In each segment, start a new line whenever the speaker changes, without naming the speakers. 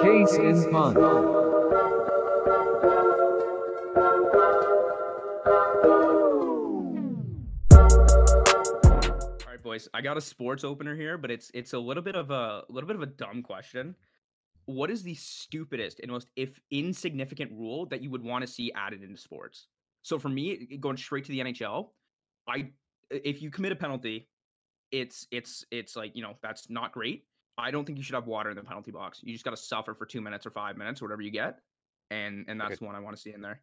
Case in point.
All right, boys. I got a sports opener here, but it's it's a little bit of a little bit of a dumb question. What is the stupidest and most if insignificant rule that you would want to see added into sports? So for me, i- going straight to the NHL, I if you commit a penalty, it's it's it's like you know that's not great. I don't think you should have water in the penalty box. You just got to suffer for two minutes or five minutes, whatever you get, and and
Like
that's
a-
the one I want to see in there.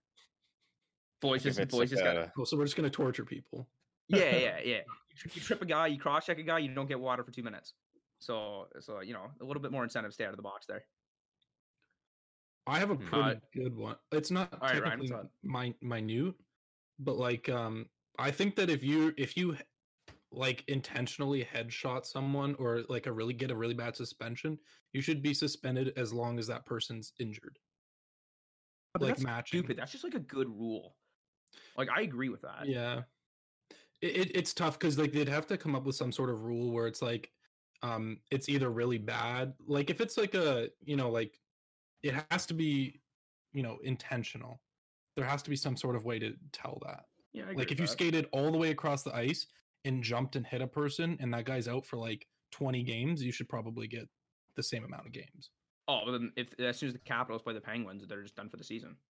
Boys
If
just
it's
boys
like
just got
a-
Cool. So we're just gonna torture people.
yeah, yeah, yeah. You, tri- you trip a guy, you cross check a guy, you don't get water for two minutes. So, so you know, a little bit more incentive stay out of the box there.
I have a
Hmm.
pretty good one. It's not
Mm-hmm. All right, Ryan, what's
technically mi- minute, but like um I think that if you if you h- like intentionally headshot someone or like a really get a really bad suspension, you should be suspended as long as that person's injured.
But
like
that's
matching.
stupid. That's just like a good rule. Like I agree with that.
Yeah. It, it it's tough because like they'd have to come up with some sort of rule where it's like um it's either really bad. Like if it's like a you know, like it has to be, you know, intentional. There has to be some sort of way to tell that.
yeah. I agree
Like if
with
you
that.
skated all the way across the ice and jumped and hit a person and that guy's out for like 20 games, you should probably get the same amount of games.
Oh, but then if as soon as the Capitals play the Penguins, they're just done for the season.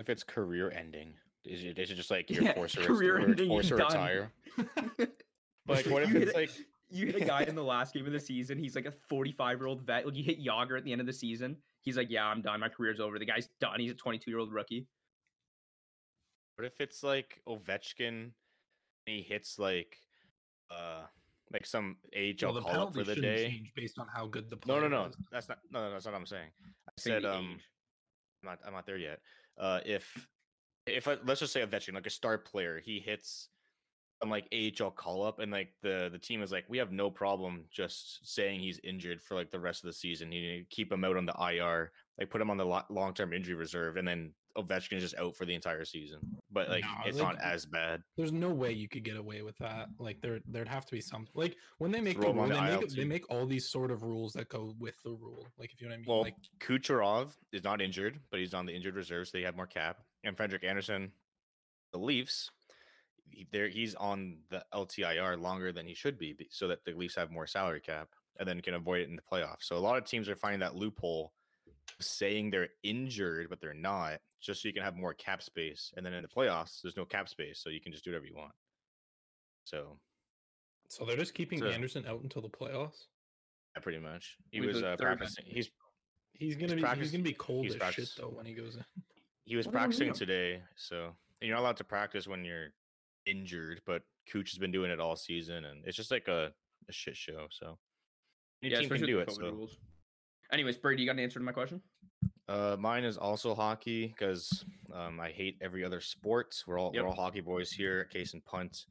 If it's career ending, is it, is it just like you're
Yeah,
forced to, ret-
career
or
ending, you're
forced to
done.
retire? Like, what if
You
it's
hit a-
like
you hit a guy in the last game of the season? He's like a 45 year old vet. Like you hit Yager at the end of the season. He's like, yeah, I'm done. My career's over. The guy's done. He's a 22 year old rookie.
What if it's like Ovechkin and he hits like uh like some
Well,
AHL
the
call up
penalty
for the
shouldn't
day?
change based on how good the
No,
player
no, no.
is.
That's not no, no, that's not what I'm saying. I
I think
said
the
um
age-
I'm not I'm not there yet. Uh if if I, let's just say Ovechkin, like a star player, he hits some like AHL call up and like the the team is like, we have no problem just saying he's injured for like the rest of the season. You need to keep him out on the IR, like put him on the long term injury reserve, and then Ovechkin is just out for the entire season. But like
No,
it's
like,
not as bad.
There's no way you could get away with that. Like there, there'd have to be some. Like when they make the
Throw 'em
rule,
on
they
the
make,
IL
it- they
too.
make all these sort of rules that go with the rule. Like if you know what I mean.
Well,
like
Kucherov is not injured, but he's on the injured reserve, so they have more cap. And Frederick Anderson, the Leafs, he- there he's on the LTIR longer than he should be, be- so that the Leafs have more salary cap and then can avoid it in the playoffs. So a lot of teams are finding that loophole, saying they're injured but they're not, just so you can have more cap space. And then in the playoffs, there's no cap space, so you can just do whatever you want. So
so they're just keeping
so-
Anderson out until the playoffs.
yeah, pretty much, he
With
was
the
uh,
third line.
practicing. He's
He's gonna
He's
be he's
practicing-
gonna be cold
he's
as
practice-
shit though when he goes in.
He was
What do you
practicing
mean?
today, so and you're not allowed to practice when you're injured. But Cooch has been doing it all season, and it's just like a, a shit show. So any team can
especially
do
with
it.
the COVID
So
rules. Anyways, Brady, you got an answer to my question?
uh, mine is also hockey because um, I hate every other sport. We're all
Yep.
we're all hockey boys here. at Case and punt.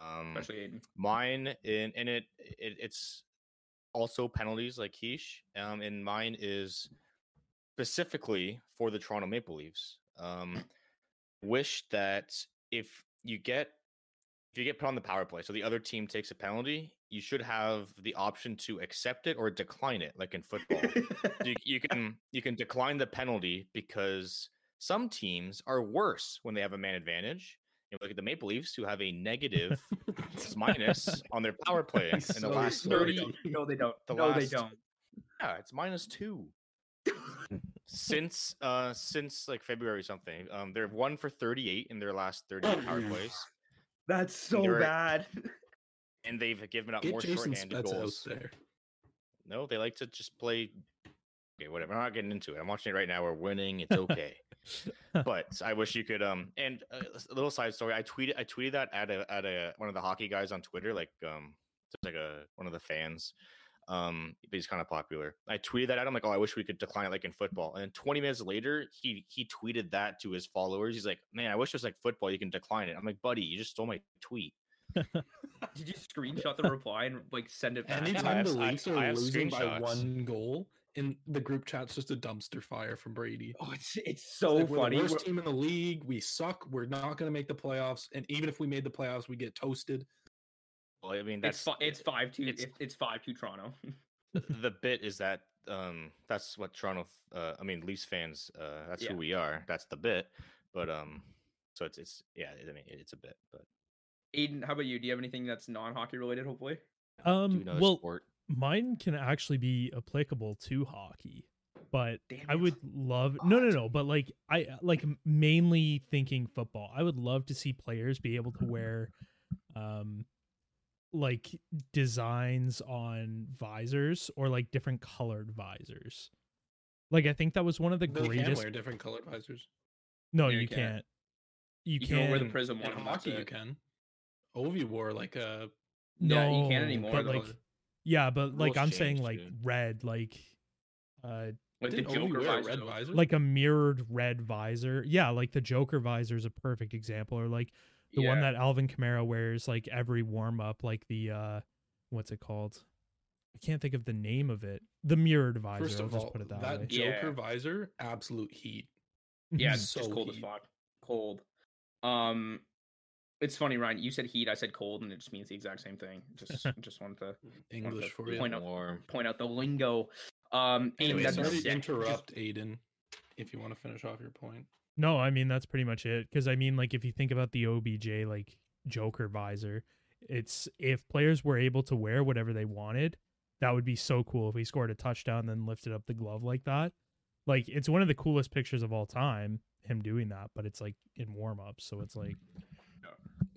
Hmm.
Um,
Especially Aiden.
mine in and it, it it's also penalties like Keish. Um, and mine is specifically for the Toronto Maple Leafs. Um, wish that if you get if you get put on the power play, so the other team takes a penalty, you should have the option to accept it or decline it, like in football you, you can you can decline the penalty because some teams are worse when they have a man advantage. You look at the Maple Leafs who have a negative minus on their power play in
He's
the
so
last
slow.
thirty.
Thirty-
no, they don't.
the
no, they
last-
don't.
Yeah, it's minus two since uh since like February something. Um, they're one for thirty-eight in their last thirty power plays,
That's so
You're-
bad.
and they've given up
Get
more
Jason
shorthanded
Spezza out
goals.
there.
No, they like to just play. Okay, whatever. I'm not getting into it. I'm watching it right now. We're winning. It's okay. but I wish you could. Um, and uh, s- a little side story. I tweeted. I tweeted that at a at a one of the hockey guys on Twitter. Like um, just like a one of the fans. Um, but he's kind of popular. I tweeted that at him like, "Oh, I wish we could decline it like in football." And then 20 minutes later, he he tweeted that to his followers. He's like, "Man, I wish it was like football. You can decline it." I'm like, "Buddy, you just stole my tweet."
Did you screenshot the reply and like send it back?
I
Anytime
have
the
s- I-
Leafs
I
are
have
losing by
screenshots.
one goal, and the group chat's just a dumpster fire from Brady.
Oh, it's it's
It's
so
like,
funny.
We're the worst
We're-
team in the league. We suck. We're not going to make the playoffs. And even if we made the playoffs, we get toasted.
Well, I mean,
It's
that's
fi- it's five two.
it's-
It's, it's five two Toronto.
the bit is that um that's what Toronto f- uh, I mean Leafs fans uh that's
Yeah.
who we are. That's the bit. But um so it's it's yeah, I mean it's a bit, but
Aiden, how about you? Do you have anything that's non hockey related? Hopefully.
do
Um,
another
well,
sport.
mine can actually be applicable to hockey, but
Damn
I
it.
would love no, no,
Fuck.
no. But like, I like m- mainly thinking football. I would love to see players be able to wear, um, like designs on visors or like different colored visors. Like, I think that was one of the
They can
greatest.
wear different colored visors.
No,
Yeah,
you
you can't.
can't. You,
You
can't
can wear the
can.
prism
In
one. and that's
hockey, you
it.
can. Ovi wore like uh, a
No,
Yeah, you can't anymore.
But
though.
like, yeah, but
Rules
like I'm saying,
changed,
like
dude.
red, like, uh,
like the
didn't Ovi
Joker
wear a
visor.
red
though.
visor.
like a mirrored red visor. Yeah, like the Joker visor is a perfect example, or like the one
Yeah.
that Alvin Kamara wears like every warm up, like the uh, what's it called? I can't think of the name of it. The mirrored visor.
First
I'll
of
just
all,
put it that,
that,
way.
Joker
Yeah.
visor, absolute heat.
Yeah,
Mhm.
it's just
So
cold as
heat.
fuck. Cold. Um, it's funny, Ryan. You said heat. I said cold, and it just means the exact same thing. Just, just wanted to
English
to
for
do
you.
point out-
warm.
point out the lingo. Um, and
Anyway,
that's
sorry
sick.
to
Just-
interrupt, Aiden. If you want to finish off your point,
No, I mean that's pretty much it. Because I mean, like if you think about the OBJ like Joker visor, it's if players were able to wear whatever they wanted, that would be so cool. If he scored a touchdown, then lifted up the glove like that, like it's one of the coolest pictures of all time. Him doing that, but it's like in warm ups, so it's like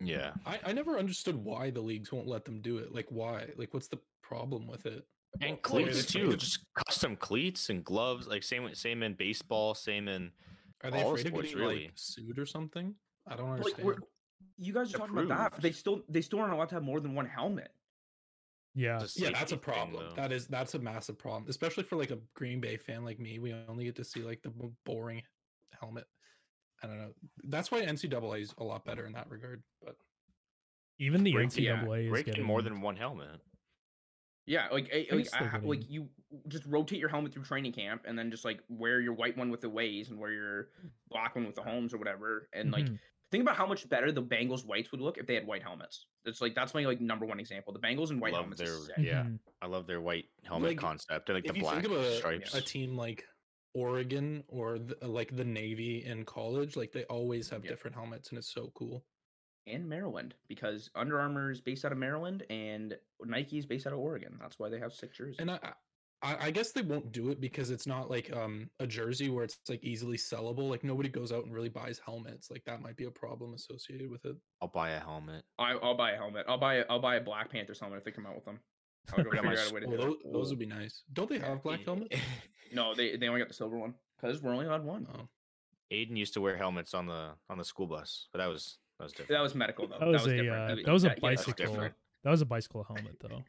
Yeah.
I, I never understood why the leagues won't let them do it. Like why? Like what's the problem with it?
And
Clear
cleats
the
too.
field.
Just custom cleats and gloves. Like same same in baseball, same in
Are they
All
afraid
sports,
of getting
really.
like sued or something? I don't
Like,
understand.
we're- you guys are talking about that.
Approved.
They still, they still aren't allowed to have more than one helmet.
yeah,
it's
Uh, yeah, that's
safety
a
thing,
problem.
though.
that is that's a massive problem, especially for like a Green Bay fan like me. We only get to see like the b- boring helmet. I don't know. That's why NCAA is a lot better in that regard. But
even the
Break-
yeah,
NCAA is
break in
getting
more than one helmet.
Yeah, like I,
I
like,
guess
I,
they're
ha- like
getting-
you just rotate your helmet through training camp, and then just like wear your white one with the ways, and wear your black one with the homes or whatever. And like
Mm-hmm.
Mhm.
think about how much better the Bengals whites would look if they had white helmets. It's like that's my like number one example. The Bengals and white
Love
helmets.
their-
Is sick.
yeah.
Mhm.
I love their white helmet
Like,
concept. They're like
if
the
you
black
think of a,
stripes.
a team like Oregon or the, like the Navy in college, like they always have
Yeah.
different helmets, and it's so cool.
and Maryland because Under Armour is based out of Maryland and Nike is based out of Oregon. That's why they have six jerseys.
And I, I, I guess they won't do it because it's not like um a jersey where it's like easily sellable. Like nobody goes out and really buys helmets. Like that might be a problem associated with it.
I'll buy a helmet.
I, I'll buy a helmet. I'll buy a, I'll buy a Black Panther helmet if they come out with them. I'll go
Put it on
figure
my
out a way to
Well,
do
those,
it.
those would be nice. Don't they have
E,
black helmets?
No, they they only got the silver one because we're only allowed one.
No.
Aiden used to wear helmets on the on the school bus, but that was that was different.
That was medical though.
That was a
different.
uh,
mean,
that was a
yeah, that's
bicycle.
different.
That was a bicycle helmet though.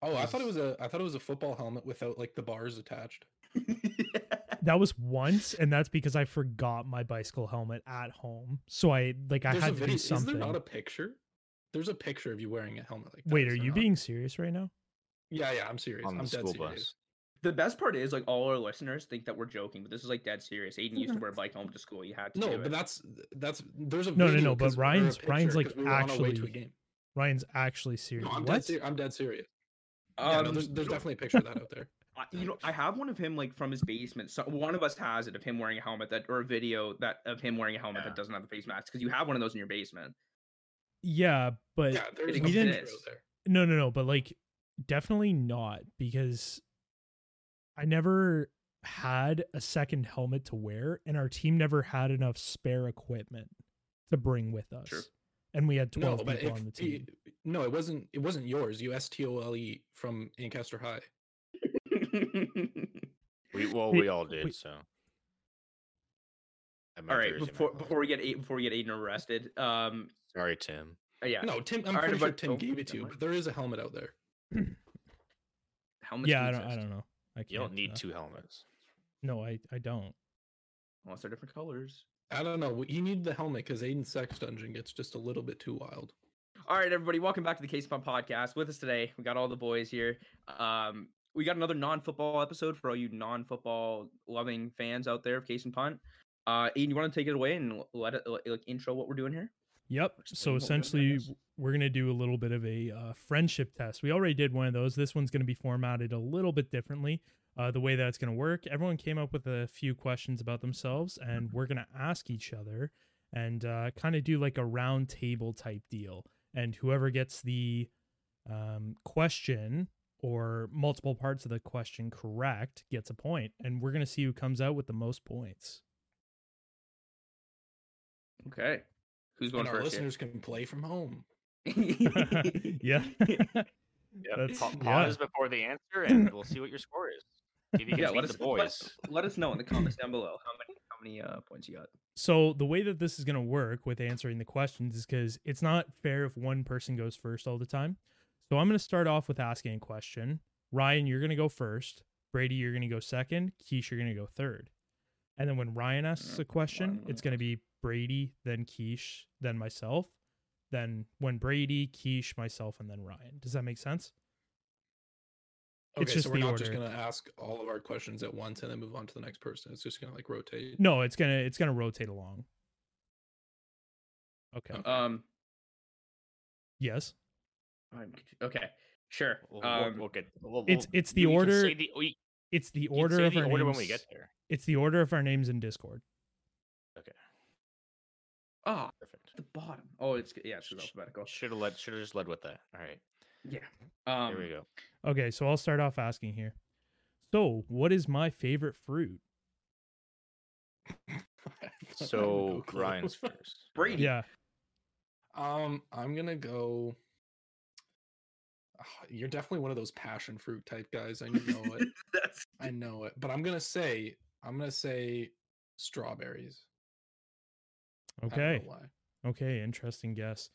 Oh, I thought it
Jesus.
was a I thought it was a football helmet without like the bars attached.
That was once, and that's because I forgot my bicycle helmet at home. So I like I
There's a
had to
video.
do
Is
something.
there not a picture? There's a picture of you wearing a helmet like that.
Wait,
is
are
there
you
not?
being serious right now?
Yeah, yeah, I'm serious.
on the
I'm dead
school
serious.
bus.
The best part is like all our listeners think that we're joking, but this is like dead serious. Aiden used to wear a bike helmet to school. You had to.
No,
do it.
but that's that's there's a
No, no,
video
no, but
'cause- or a
Ryan's-
picture
Ryan's, like,
'cause we were on our way to a
actually
game.
Ryan's actually serious.
No, I'm
what?
dead serious. I'm dead serious.
um,
Yeah, no, there's, there's
you know,
definitely a picture of that out there.
I, you know, I have one of him like from his basement. So one of us has it of him wearing a helmet that, or a video that of him wearing a helmet
Yeah.
that doesn't have a face mask because you have one of those in your basement.
Yeah, but
Yeah, there's
it
a picture
exists.
out there.
no, no, no, but like definitely not because I never had a second helmet to wear, and our team never had enough spare equipment to bring with us,
Sure.
and we had
No,
twelve
but
people
if,
on the team.
i- no, it wasn't. It wasn't yours. You S T O L E from Ancaster High.
We well,
Wait,
we all did.
wait.
So. I meant
All right,
Thursday, my
before
fault.
before we get eight, before we get Aiden arrested, um,
sorry, Tim.
uh, yeah,
No, Tim. I'm
Alright,
pretty sure
but-
Tim
oh,
gave it to you,
never
but
mind.
there is a helmet out there.
helmets.
yeah, I
do
don't, I
exist,
don't know. I can't
You don't need
uh,
two helmets.
No, I, I don't.
Unless they're different colors.
I don't know. You need the helmet because Aiden's sex dungeon gets just a little bit too wild.
All right, everybody, welcome back to the Case Pump Podcast. With us today, we got all the boys here. Um, we got another non-football episode for all you non-football loving fans out there of Case and Punt. Uh, Aiden, you want to take it away and l- let it l- like intro what we're doing here?
Yep.
Explain
So
what we're doing, I
essentially,
guess.
w- we're going to do a little bit of a uh, friendship test. We already did one of those. This one's going to be formatted a little bit differently. Uh, the way that's going to work, everyone came up with a few questions about themselves,
Mm-hmm.
and we're going to ask each other and uh, kind of do like a round table type deal. And whoever gets the um, question or multiple parts of the question correct gets a point. And we're going to see who comes out with the most points.
Okay. Who's going
And our
first? here?
listeners can play from home.
yeah.
Yeah,
That's-
pa-
yeah.
Pause before the answer, and we'll see what your score is. If you can
yeah,
beat
let us,
the
let,
boys.
us, let us know in the comments down below how many how many uh, points you got.
So the way that this is going to work with answering the questions is because it's not fair if one person goes first all the time. So I'm going to start off with asking a question. Ryan, you're going to go first. Brady, you're going to go second. Keish, you're going to go third. And then when Ryan asks
Yeah,
a
Mm,
question,
Ryan
it's going to be Brady, then Keish, then myself. Then when Brady, Keish, myself, and then Ryan. Does that make sense?
Okay,
It's just
so we're
the
not just
order.
gonna ask all of our questions at once and then move on to the next person. It's just gonna like rotate.
No, it's gonna it's gonna rotate along. Okay.
Okay.
Um,
Yes.
I'm, confu- okay, sure.
We'll, we'll-
Um,
we'll get. We'll,
It's
we'll-
it's the
you can
order.
say the- we
It's the
can say
order of
the
our
order
names.
when we get there.
It's the order of our names in Discord.
ah,
Perfect.
at the bottom. Oh, it's yeah, it's just alphabetical.
Should have led. Should have just led with that. All right.
Yeah. Um,
Here we go.
Okay, so I'll start off asking here. So, what is my favorite fruit?
So
Ryan's
Ryan's first.
Brady.
Yeah.
Um, I'm gonna go. Ah, You're definitely one of those passion fruit type guys. I know it.
That's
I know it. But I'm gonna say, I'm gonna say strawberries. I don't know
Okay.
why.
Okay, interesting guess.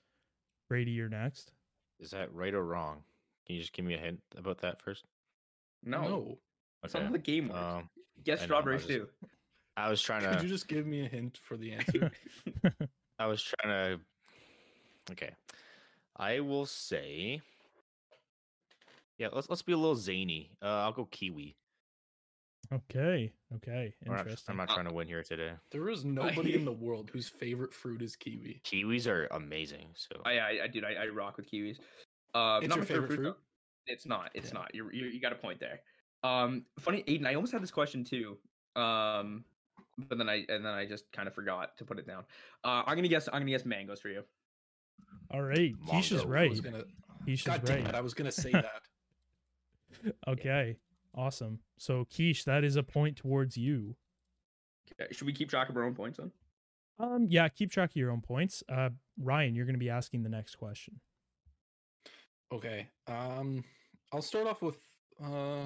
Brady, you're next.
Is that right or wrong? Can you just give me a hint about that first?
no.
No.
That's not how the game works.
Um,
Guess
I know, I
strawberries
was-
too.
I was trying
Could
to.
you just give me a hint for the answer?
I was trying to. Okay. I will say. Yeah, let's let's be a little zany. Uh, I'll go kiwi.
Okay. Okay.
We're not- I'm
Interesting.
Uh
not trying to win here today.
there is nobody in the world whose favorite fruit is kiwi.
Kiwis are amazing. So
I, I, I dude, I, I rock with kiwis. Uh,
It's
not
your
my
favorite
though.
fruit?
It's not. It's
Yeah.
not. You're, you you got a point there. Um, funny, Aiden. I almost had this question too. Um, but then I and then I just kind of forgot to put it down. Uh, I'm gonna guess. I'm gonna guess mangoes for you.
All right.
Mongo. I was
Keisha's
I
right.
was gonna.
Keisha's
God damn
right.
it! I was gonna say that.
Okay. Awesome. So, Keish, that is a point towards you.
Okay. Should we keep track of our own points then?
Um, yeah, keep track of your own points. Uh, Ryan, you're going to be asking the next question.
Okay. Um, I'll start off with uh,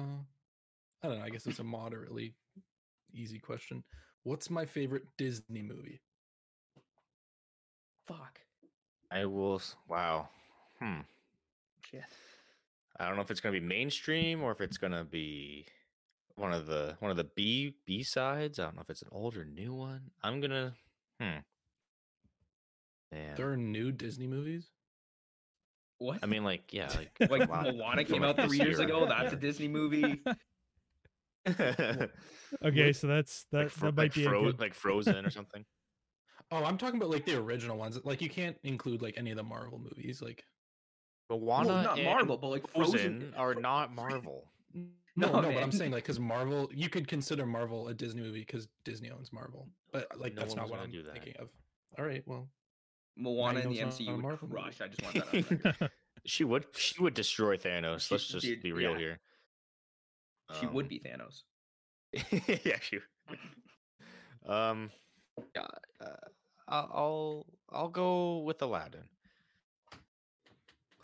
I don't know. I guess it's a moderately easy question. What's my favorite Disney movie?
Fuck.
I will. s- Wow. Hmm.
Shit.
I don't know if it's gonna be mainstream or if it's gonna be one of the one of the B B sides. I don't know if it's an old or new one. I'm gonna. Hmm. Man.
There are new Disney movies.
What?
I mean, like, yeah, like,
like
Moana
Moana
from,
came
like,
out
this
three years
year.
ago. That's a
Yeah.
Disney movie.
Okay,
Like-
so that's that.
like, Fro-
that might
like
be
Fro-
a good...
like Frozen or something.
Oh, I'm talking about like the original ones. Like you can't include like any of the Marvel movies. Like
Well,
Moana,
not
and
Marvel, but like
Frozen,
Frozen.
are
Fro-
not Marvel.
n-
No,
no, no. But
man.
I'm saying like because Marvel, you could consider Marvel a Disney movie because Disney owns Marvel. But like
No
that's
one
not
was
what
gonna
I'm
do that.
thinking of. All right. Well,
Moana
you
in
know
the
it's not a
MCU would
Marvel movie.
crush. I just want that. Out of the record.
She would, she would destroy Thanos.
She-
Let's just
dude,
be real
yeah.
here.
she would
Um,
be Thanos.
yeah, she. would. Um, yeah, uh, I'll I'll- I'll go with Aladdin.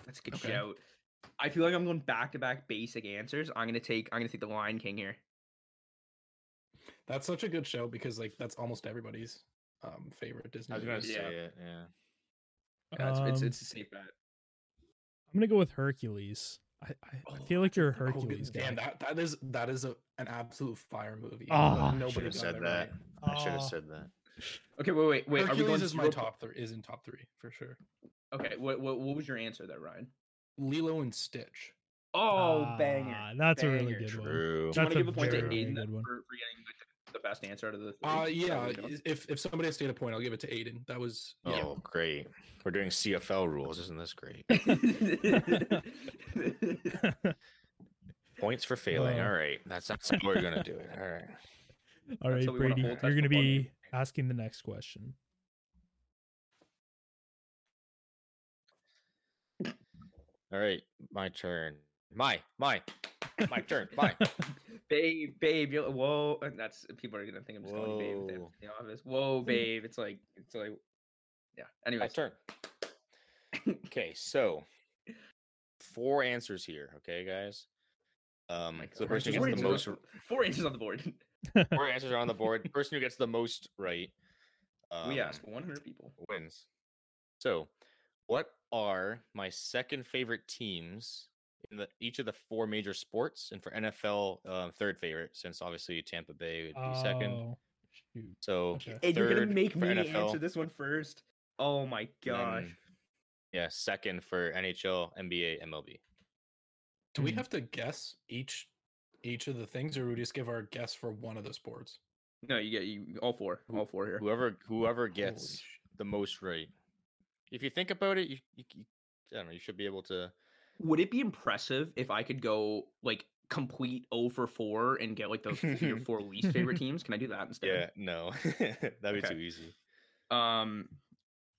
That's a good
Okay.
shout. I feel like I'm going back to back basic answers. I'm gonna take I'm gonna take the Lion King here.
that's such a good show because like that's almost everybody's um favorite Disney. movie.
say- Yeah.
it. Yeah.
Yeah, it's, it's
Um,
it's a safe bet.
I'm gonna go with Hercules. I, I, I feel like you're a
Oh, good-
Hercules
damn,
guy.
that that is that is a, an absolute fire movie.
Ah,
but
I
I should
nobody
have
got
said
it
that.
right.
I should have
Ah.
said that.
Okay, wait, wait, wait.
Hercules
are we going
is my
zero-
top three. Is in top three for sure.
Okay, what, what what was your answer there, Ryan?
Lilo and Stitch.
Oh,
Ah,
banger!
That's a really
banger.
good one.
True.
Do you
Ah, That's
want to give
a
a point to
very
Aiden
good
for,
one.
for getting like, the, the best answer out of the. Three.
Uh,
I
yeah.
would go.
i- If if somebody has to get a point, I'll give it to Aiden. That was
Oh,
yeah.
great. We're doing CFL rules. Isn't this great? Points for failing.
Oh.
All right. That's, that's how we're going to do it. All right.
All right,
That's what we wanna
Brady,
hold
you're
that
going to
football game.
be asking the next question.
All right. My turn. My, my, my turn. My.
babe, babe, you're, whoa, and that's people are gonna think I'm just going babe with them
Whoa.
in the office. Whoa, babe, it's like it's like, yeah.
My
Anyways,
turn. okay, so four answers here. Okay, guys. Um,
my
so the
God.
person who
Four
gets the
inches
most
on- Four inches on the board.
four answers are on the board. The person who gets the most right um,
we asked 100 people.
wins. So, what are my second favorite teams in the each of the four major sports, and for NFL, uh, third favorite since obviously Tampa Bay would be second.
Oh, shoot.
So
okay.
And you're gonna
third
make
for
me
NFL.
answer this one first. Oh my gosh.
then- Yeah, second for NHL, NBA, MLB.
Do we
Hmm.
have to guess each each of the things, or we just give our guess for one of the sports?
No, you get you all four,
Who-
all four here.
Whoever whoever
Holy
gets
sh-
the most right. If you think about it, you, you, you I don't know. You should be able to.
Would it be impressive if I could go like complete 0 for four and get like the f- your four least favorite teams? Can I do that instead?
Yeah, no, that'd be
Okay.
too easy.
Um,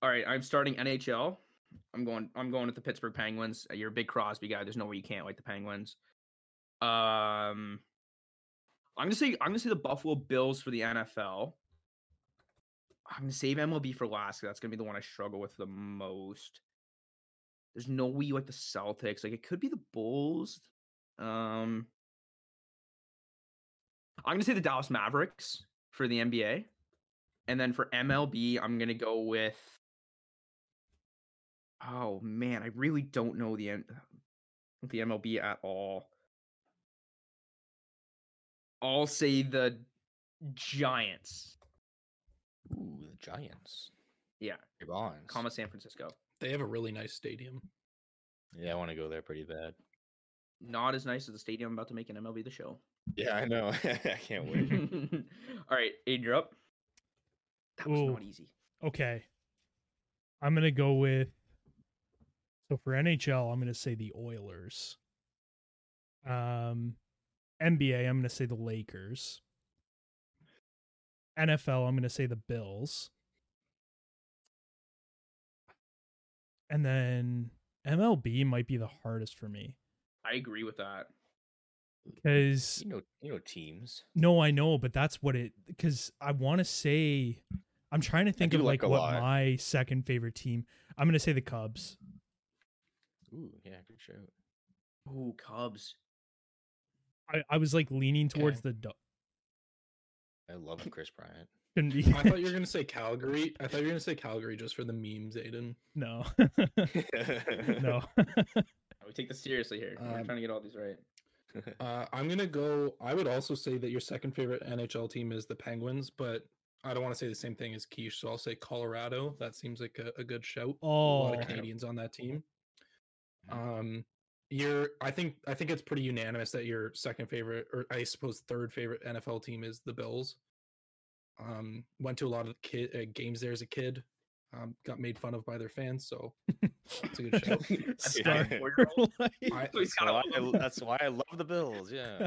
all right, I'm starting NHL. I'm going. I'm going with the Pittsburgh Penguins. Uh, You're a big Crosby guy. There's no way you can't like the Penguins. Um, I'm gonna say I'm gonna say the Buffalo Bills for the NFL. I'm gonna save MLB for last. 'cause That's gonna be the one I struggle with the most. There's no way you like the Celtics. Like it could be the Bulls. Um, I'm gonna say the Dallas Mavericks for the NBA. And then for MLB, I'm gonna go with. Oh man, I really don't know the M- the MLB at all. I'll say the Giants.
Ooh, the Giants.
Yeah,
Barry Bonds.
comma San Francisco.
They have a really nice stadium.
Yeah, I want to go there pretty bad.
Not as nice as the stadium I'm about to make in MLB the show.
Yeah, I know. I can't wait.
all right, Aiden, you're up. That was not
Ooh.
easy.
Okay. I'm going to go with. So for NHL, I'm going to say the Oilers. Um, NBA, I'm going to say the Lakers. NFL, I'm going to say the Bills. And then MLB might be the hardest for me
I agree with that.
because
you know, you know teams.
No, I know, but that's what it because I want to say I'm trying to think
do
of
like
like,
a
what
lot.
my second favorite team. I'm gonna say the Cubs.
Ooh, yeah, good show.
Ooh, Cubs.
I, I was like leaning towards
Okay.
the Do-
I love Chris Bryant.
shouldn't be
I thought you were gonna say Calgary. I thought you were gonna say Calgary just for the memes, Aiden.
no
no.
no
We take this seriously here. We're
Um,
trying to get all these right.
Uh, I'm gonna go. I would also say that your second favorite NHL team is the Penguins, but I don't want to say the same thing as Keish, so I'll say Colorado. That seems like a, a good shout. a lot
oh
of Canadians on that team. Um, your I think I think it's pretty unanimous that your second favorite, or I suppose third favorite NFL team is the Bills. Um, went to a lot of kid uh, games there as a kid. Um, got made fun of by their fans, so it's a good show.
Star
Yeah.
Wars, like-
I,
So he's
That's why
got
I, that's why I love the Bills. Yeah.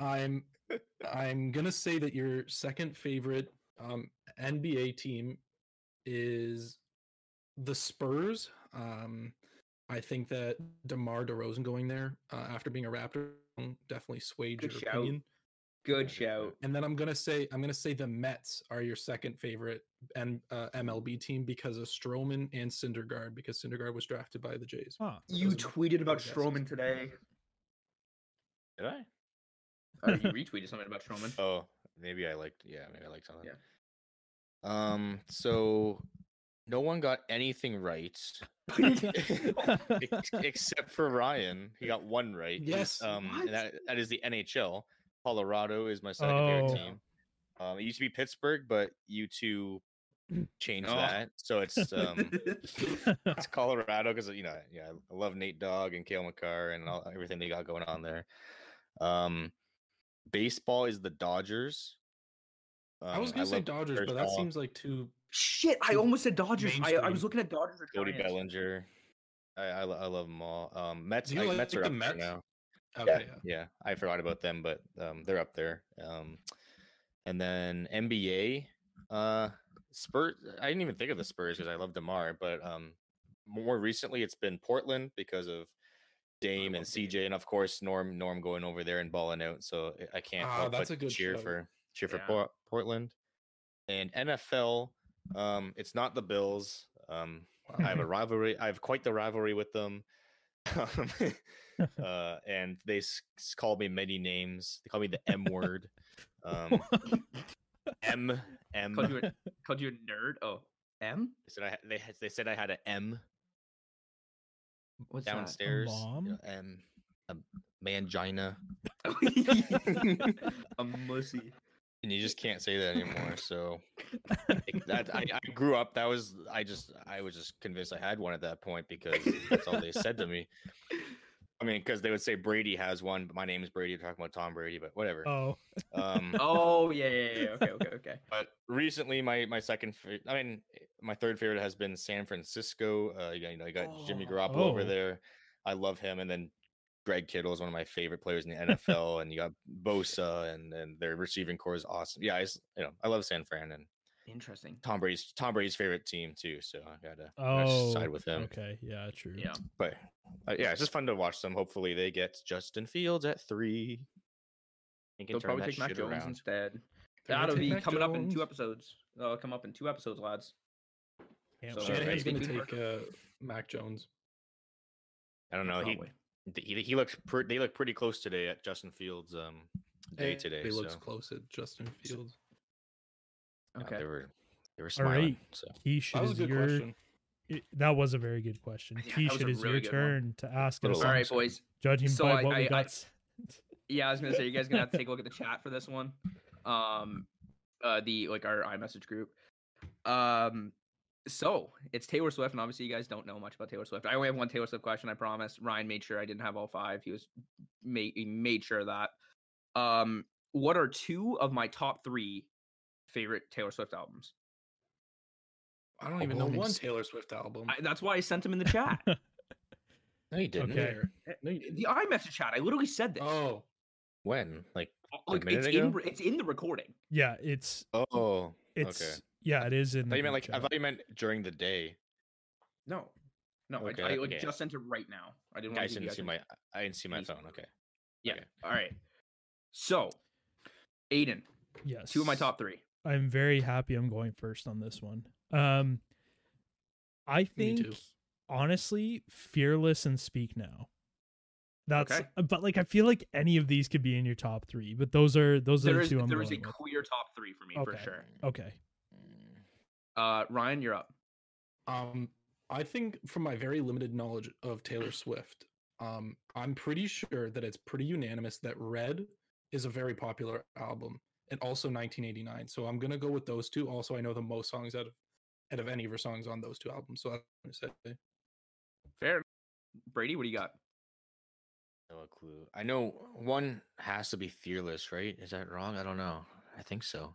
I'm I'm gonna say that your second favorite um, NBA team is the Spurs. Um, I think that DeMar DeRozan going there uh, after being a Raptor definitely swayed
Good
your
shout.
opinion.
good shout.
And then I'm gonna say I'm gonna say the Mets are your second favorite and uh, MLB team because of Stroman and Syndergaard because Syndergaard was drafted by the Jays.
Huh.
You
Those are my
tweeted about
guesses.
Strowman today.
Did I?
Uh, you retweeted something about Strowman.
Oh, maybe I liked. Yeah, maybe I liked something.
Yeah.
Um. So, no one got anything right ex- except for Ryan. He got one right. He-
Yes,
Um. and
what?
That, that is the NHL. Colorado is my second
Oh.
favorite team. Um. It used to be Pittsburgh, but you two changed
Oh.
that. So it's um. it's Colorado because you know, yeah, I love Nate Dogg and Kale McCarr and all, everything they got going on there. Um, baseball is the Dodgers.
I was
Um,
gonna say
love
Dodgers,
Kershaw,
but that seems like too.
Shit, I almost said Dodgers. I, I was
Mainstream.
looking at Dodgers or
Cody
Giants.
Bellinger. I, I, lo- I love them all. Um, Mets.
you
I,
like
Mets are
the
up there
Mets?
now.
Okay,
yeah,
yeah.
yeah. I forgot about them, but um, they're up there. Um, and then NBA. Uh, Spurs. I didn't even think of the Spurs because I love Demar, but um, more recently it's been Portland because of Dame and
love Dame.
CJ, and of course Norm. Norm going over there and balling out. So I- I can't
Ah,
help
that's
but
a good
cheer
shout.
for cheer for
Yeah.
Por- Portland. And NFL. Um, it's not the Bills. Um, I have a rivalry. I have quite the rivalry with them. Um, uh, and they s- s- call me many names. They call me the M word. Um, M M.
Called you, a, called you a nerd. Oh, M.
They said I ha- they, had- they said I had an M
What's that?
downstairs. You know,
mom?
M, a mangina,
a mussy.
and you just can't say that anymore. So it- that I, I grew up. That was I just I was just convinced I had one at that point because that's all they said to me. I mean, because they would say Brady has one, but my name is Brady. They're talking about Tom Brady, but whatever.
oh,
Um,
Oh yeah, yeah, yeah. Okay, okay, okay.
but recently, my my second, fa- I mean, my third favorite has been San Francisco. Uh, you, got, you know, you got Jimmy
Oh.
Garoppolo
Oh.
over there. I love him, and then Greg Kittle is one of my favorite players in the NFL, and you got Bosa, and and their receiving core is awesome. Yeah, I s- you know I love San Fran and
Interesting.
Tom Brady's Tom Brady's favorite team too. So I gotta, I gotta side
Oh,
with him.
okay, yeah, true.
Yeah.
But uh, yeah, it's just fun to watch them. Hopefully, they get Justin Fields at three. and can
They'll
turn
probably
that
take Mac
shit
Jones
around.
instead.
They're gonna
That'll
take
be
Mac
coming up in two
Jones.
episodes. That'll come up in two episodes, lads.
Can't
So,
wait.
Shanahan's
Brady.
gonna take uh, Mac Jones.
I don't know. Oh, He
Probably.
th- he, he looks pre- they look pretty close today at Justin Fields um day
Eh,
today.
He
so
looks close at Justin Fields.
yeah,
Okay.
Oh, they were they were
All
smiling.
right,
So
Keisha,
That was a
is
good
your,
question.
i- that was a very good question.
Yeah, that was
Keisha, it
a
is
really
your
good one.
turn to ask us.
Little
All
some-
right, boys.
Judging
So
by
I-
what we
I-
got,
I-
s-
Yeah, I was gonna say you guys are gonna have to take a look at the chat for this one. Um, uh, the like our iMessage group. Um, so it's Taylor Swift, and obviously you guys don't know much about Taylor Swift. I only have one Taylor Swift question. I promise. Ryan made sure I didn't have all five. He was made he made sure of that. Um, what are two of my top three favorite Taylor Swift albums?
I don't even know
Holy
one
s-
Taylor Swift album.
I, that's why I sent them in the chat,
no, you didn't.
Okay.
There. No, you didn't.
the iMessage chat. I literally said this.
Oh,
When like
Uh,
a
like,
minute
it's in
ago?
re- it's in the recording.
yeah, it's
oh
it's yeah, it is in.
I
the
thought you meant
group
like I
chat.
thought you meant during the day.
No, no,
Okay,
I, I like,
okay.
just sent it right now. I didn't. wanna
I guys
give you
didn't see
an-
my I didn't see my
any-
phone. Okay.
Yeah.
Okay.
All right. So, Aiden,
yes.
two of my top three.
I'm very happy I'm going first on this one. Um, I
Me
think
too.
honestly, fearless and speak now. That's
Okay.
uh, but like I feel like any of these could be in your top three, but those are those are
There
the
is
two I'm
there
going
is a
with.
clear top three for me for
Okay.
sure.
Okay,
Uh, Ryan, you're up.
Um, I think from my very limited knowledge of Taylor Swift, um, I'm pretty sure that it's pretty unanimous that Red is a very popular album and also 1989. So I'm gonna go with those two. Also, I know the most songs out of out of any of her songs on those two albums. So I'm gonna say
Fair. enough. Brady, what do you got?
No clue. I know one has to be fearless, right? Is that wrong? I don't know. I think so.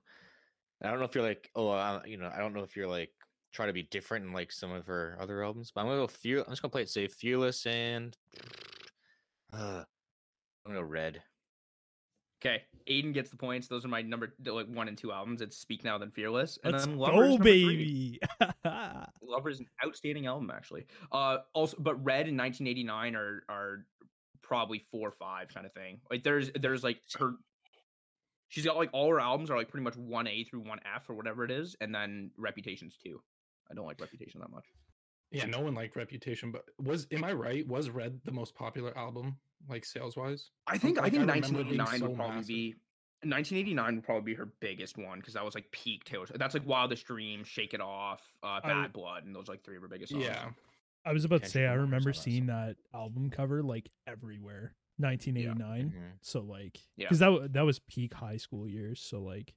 I don't know if you're like, oh, uh, you know, I don't know if you're like trying to be different in like some of her other albums, but I'm gonna go fear. I'm just gonna play it safe. Fearless and uh, I'm gonna go red.
Okay, Aiden gets the points. Those are my number like one and two albums. It's Speak Now, then Fearless, and
let's
then Lovers.
go,
number three.
baby.
Lover is an outstanding album, actually. Uh, also, but Red and 1989 are are probably four or five kind of thing. Like there's there's like her, she's got like all her albums are like pretty much one A through one F or whatever it is, and then Reputation's two. I don't like Reputation that much.
Yeah, no one liked Reputation, but was am I right? Was Red the most popular album, like sales wise?
I think I
like,
think
I remember it being
1989
so
would probably
massive.
be 1989 would probably be her biggest one because that was like peak Taylor. Swift. That's like Wildest Dream, Shake It Off, uh, Bad Blood, and those like three of her biggest songs.
Yeah,
I was about to
Kendrick
say I
Lamar's
remember
on that song.
seeing that album cover like everywhere. 1989.
Mhm.
So like,
Yeah.
because that wa- that was peak high school years. So like,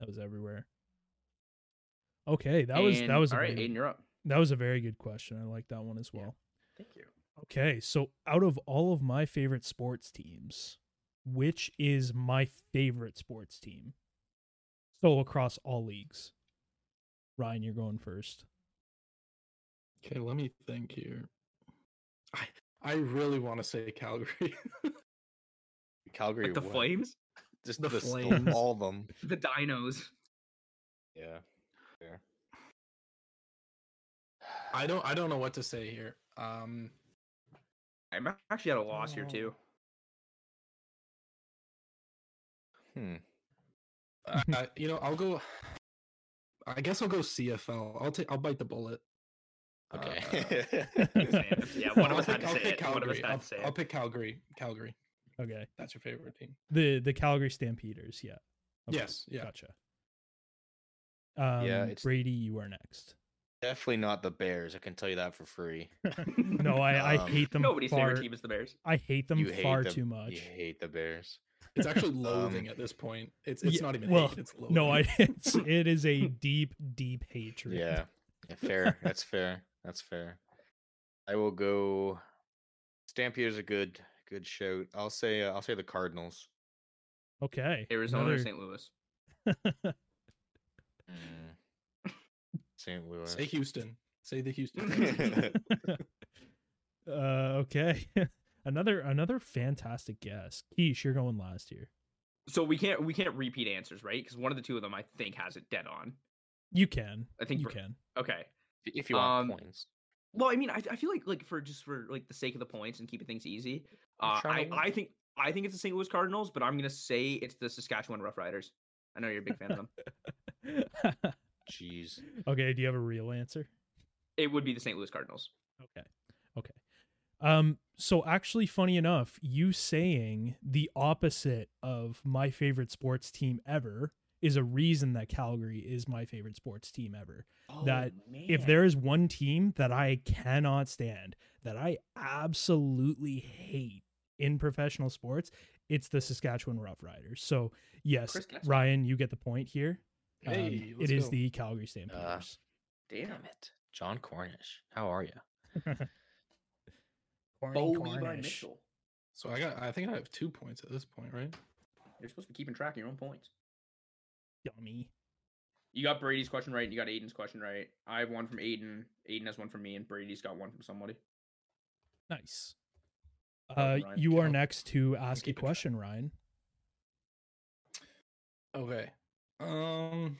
that was everywhere. Okay, that was that
And-
was a
all right.
very-
Aiden, you're up.
that was a very good question. I like that one as
Yeah.
well.
Thank you.
Okay, so out of all of my favorite sports teams, which is my favorite sports team? So across all leagues. Ryan, you're going first.
Okay, let me think here. I I really want to say Calgary.
Calgary.
Like the
what?
Flames,
Just
The
the, the
Flames.
all of them.
the Dinos.
Yeah. Fair.
I don't I don't know what to say here. Um
I'm ac- actually at a loss here too.
Hmm.
I, I- you know, I'll go I guess I'll go CFL. I'll take I'll bite the bullet. Uh,
Okay.
Yeah, one of
I'll
us had
pick-
to
I'll
say
pick
it. One of us
Calgary.
had
I'll-
to say it.
I'll pick Calgary. Calgary.
okay.
That's your favorite team.
The the Calgary Stampeders, yeah.
Yes, yeah.
Gotcha. Um,
it's-
Brady, you are next.
Definitely not the Bears. I can tell you that for free.
No, I, I
Um,
hate them.
Nobody's
far,
favorite team is the Bears.
I hate them
You hate
far
the-
too
You
much.
hate the Bears.
It's actually loathing
Um,
at this point. It's it's
Yeah,
not even
well,
hate, it's loathing.
No, I, it's it is a deep, deep hatred.
Yeah. yeah, fair. That's fair. That's fair. I will go. Stampeders a good, good shout. I'll say. Uh, I'll say the Cardinals.
Okay.
Arizona or
another-
St. Louis.
St. Mm, Louis.
say Houston. Say the Houston. Texans.
uh, okay. another another fantastic guess. Keish, you're going last here.
So we can't we can't repeat answers, right? Because one of the two of them I think has it dead on.
You can.
I think
you
Br-
can.
Okay.
If you want
Um,
points.
Well, I mean, I, I feel like like for just for like the sake of the points and keeping things easy,
You're
uh, I
trying to
I
win.
think I think it's the St. Louis Cardinals, but I'm gonna say it's the Saskatchewan Roughriders. I know you're a big fan of them.
Jeez.
okay, do you have a real answer?
It would be the St. Louis Cardinals.
Okay. Okay. Um so actually funny enough, you saying the opposite of my favorite sports team ever is a reason that Calgary is my favorite sports team ever.
Oh.
That If there is one team that I cannot stand, that I absolutely hate in professional sports, it's the Saskatchewan Roughriders. So, yes,
Chris Kessel.
Ryan, you get the point here. Um,
Hey,
it
let's
is
go. Ah.
the Calgary Stampeders.
damn it.
John Cornish. How are you?
Corning
Bo Levi
Cornish.
Mitchell.
So I got I think I have two points at this point, right?
You're supposed to be keeping track of your own points.
Dummy.
You got Brady's question right. and You got Aiden's question right. I have one from Aiden. Aiden has one from me, and Brady's got one from somebody.
Nice. Uh,
Welcome, Ryan.
you are
Welcome.
next to ask a
keeping track.
question, Ryan.
Okay. Um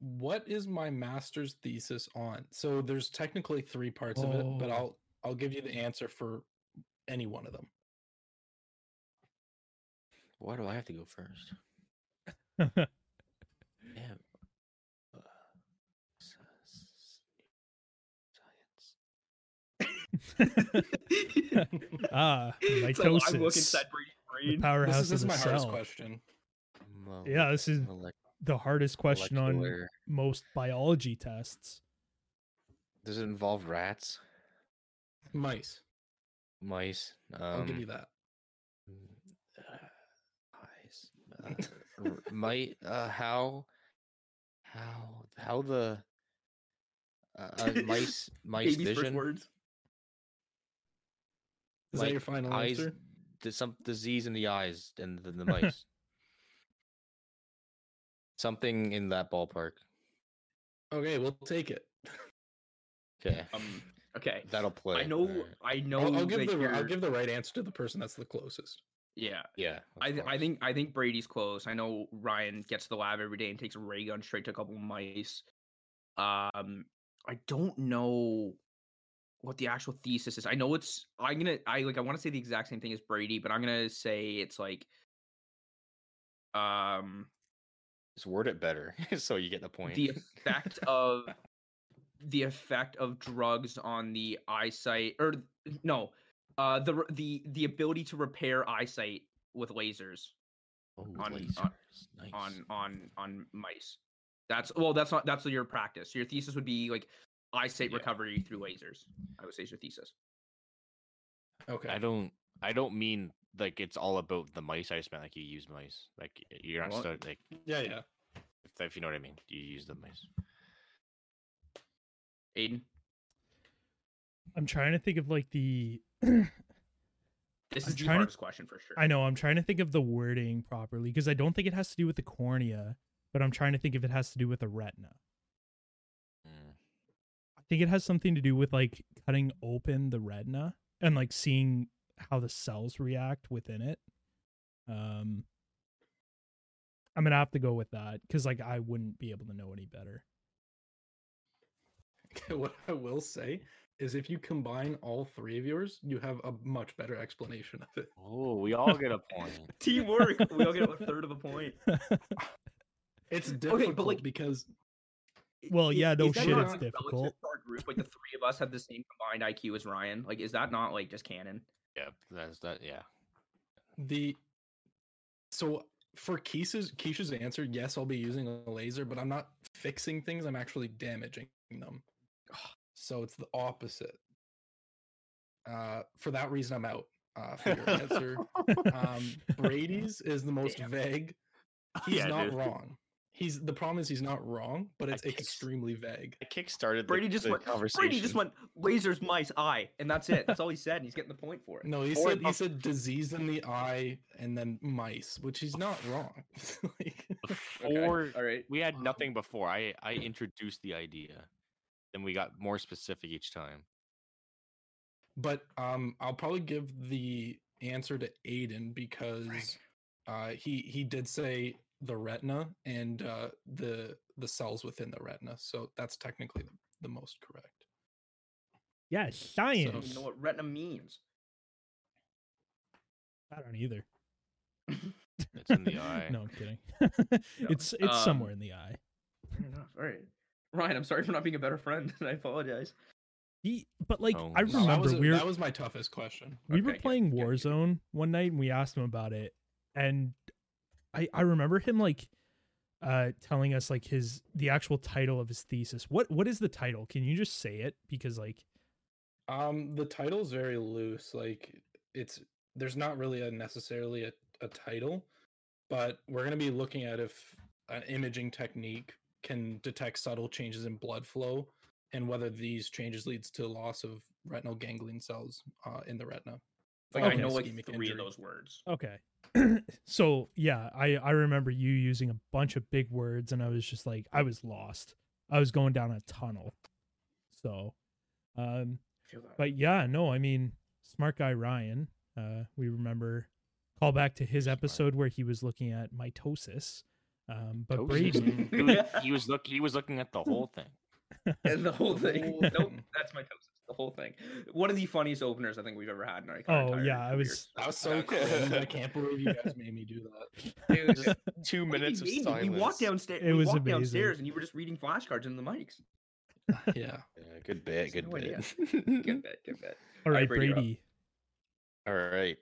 what is my master's thesis on? So there's technically three parts of it, but
Oh.
I'll I'll give you the answer for any one of them.
Why do I have to go first?
Ah,
Damn. Uh, s- s- Science.
ah,
So I'm looking
mitosis.
inside Brady's
the
brain.
powerhouse
This is, this is
of the
my hardest
cell.
question.
Yeah, this is
Molec-
The hardest question on
molecular-
most biology tests.
Does it involve rats,
Mice.
mice? Um,
I'll give you that.
Mm, Eyes. Uh, r- might uh, how how how the uh, uh, mice mice
Baby's first
vision
words.
Is that
like,
your final
eyes
answer?
there's some disease in the eyes and the, the mice something in that ballpark
Okay, we'll take it.
okay
Um, okay.
that'll play
I know.
Alright.
I know.
I'll, I'll give
that
the r- I'll
you're-
give the right answer to the person that's the closest.
Yeah.
yeah of
I, th- I
course.
think I think Brady's close. I know Ryan gets to the lab every day and takes a ray gun straight to a couple mice. Um, I don't know what the actual thesis is. I know it's I'm gonna I like I want to say the exact same thing as Brady, but I'm gonna say it's like um
just word it better so you get the point
the effect of the effect of drugs on the eyesight or no uh the re- the the ability to repair eyesight with lasers
oh,
on- on-
lasers, nice.
on on on mice. That's well, that's not that's your practice. Your thesis would be like eyesight
Yeah.
recovery through lasers. I would say is your thesis.
Okay.
I don't. I don't mean like it's all about the mice. I just meant like you use mice. Like y- you're not
What?
stuck. Like
yeah, yeah.
if, if you know what I mean, you use the mice.
Aiden,
I'm trying to think of like the
This
I'm
is the
trying to-
hardest question for sure.
I know I'm trying to think of the wording properly because I don't think it has to do with the cornea, but I'm trying to think if it has to do with the retina.
Mm.
I think it has something to do with like cutting open the retina and like seeing how the cells react within it. Um I'm gonna have to go with that because like I wouldn't be able to know any better.
what I will say is if you combine all three of yours, you have a much better explanation of it.
Oh, we all get a point.
Teamwork. we all get a third of a point.
It's difficult
Okay, but, like,
because
Well,
I-
yeah, no
is that
shit,
not
it's
relative
difficult.
to our group, like the three of us have the same combined IQ as Ryan. Like, is that not like just canon?
Yeah, that's that. Yeah.
the so for Keisha's Keisha's answer, yes, I'll be using a laser, but I'm not fixing things, I'm actually damaging them. So it's the opposite. Uh for that reason I'm out. Uh for your answer. Um Brady's is the most
Damn.
vague. He's
Yeah,
not
dude.
wrong. He's the problem is he's not wrong, but it's
guess.
extremely vague.
I kickstarted
Brady
the,
just
the
went.
conversation.
Brady just went lasers, mice, eye, and that's it. That's all he said, and he's getting the point for it.
No, he
Or
said he
not-
said disease in the eye and then mice, which he's not wrong. like,
Okay.
Or
All right.
we had nothing before. I I introduced the idea, then we got more specific each time.
but um, I'll probably give the answer to Aiden because uh, he he did say the retina and uh, the the cells within the retina, so that's technically the, the most correct.
Yeah,
I don't
science.
even know what retina means.
I don't either.
It's in the eye.
no, I'm kidding. It's it's somewhere
um,
in the eye.
Fair enough. All right. Ryan, I'm sorry for not being a better friend. I apologize.
He, but like
Oh,
I
no, that
remember
that, was a-
we were
that was my toughest question.
we were
Okay, good,
playing
good, good.
Warzone one night and we asked him about it and I I remember him like uh telling us like his the actual title of his thesis. What what is the title? Can you just say it because like
Um, the title's very loose. Like it's there's not really a necessarily a, a title, but we're gonna be looking at if an imaging technique can detect subtle changes in blood flow and whether these changes leads to loss of retinal ganglion cells uh, in the retina.
Like
Okay.
I know like
Ischemic
three
injury.
of those words.
okay. so yeah, I I remember you using a bunch of big words and I was just like I was lost. I was going down a tunnel. So um
I feel that.
But yeah, no, I mean, smart guy Ryan. Uh, we remember call back to his
Smart.
episode where he was looking at mitosis. Um, but
Tosis.
Brady,
Mhm.
Dude, he was look. He was looking at the whole thing.
and the whole thing.
whole
nope,
thing.
that's my toast. The whole thing. One of the funniest openers I think we've ever had in our entire
oh yeah, I
career.
was.
That was so cringe. I can't believe you guys made me do that.
Dude,
Just two
What do you
minutes of
mean?
silence.
We walked downstairs.
It
we
was
walked
amazing.
downstairs, and you were just reading flashcards in the mics.
Yeah.
Yeah, good bit.
Just
Good
no idea.
bit.
Mm-hmm.
Good bet. Good bet.
All
Alright,
right,
Brady, you're up.
Brady.
All right,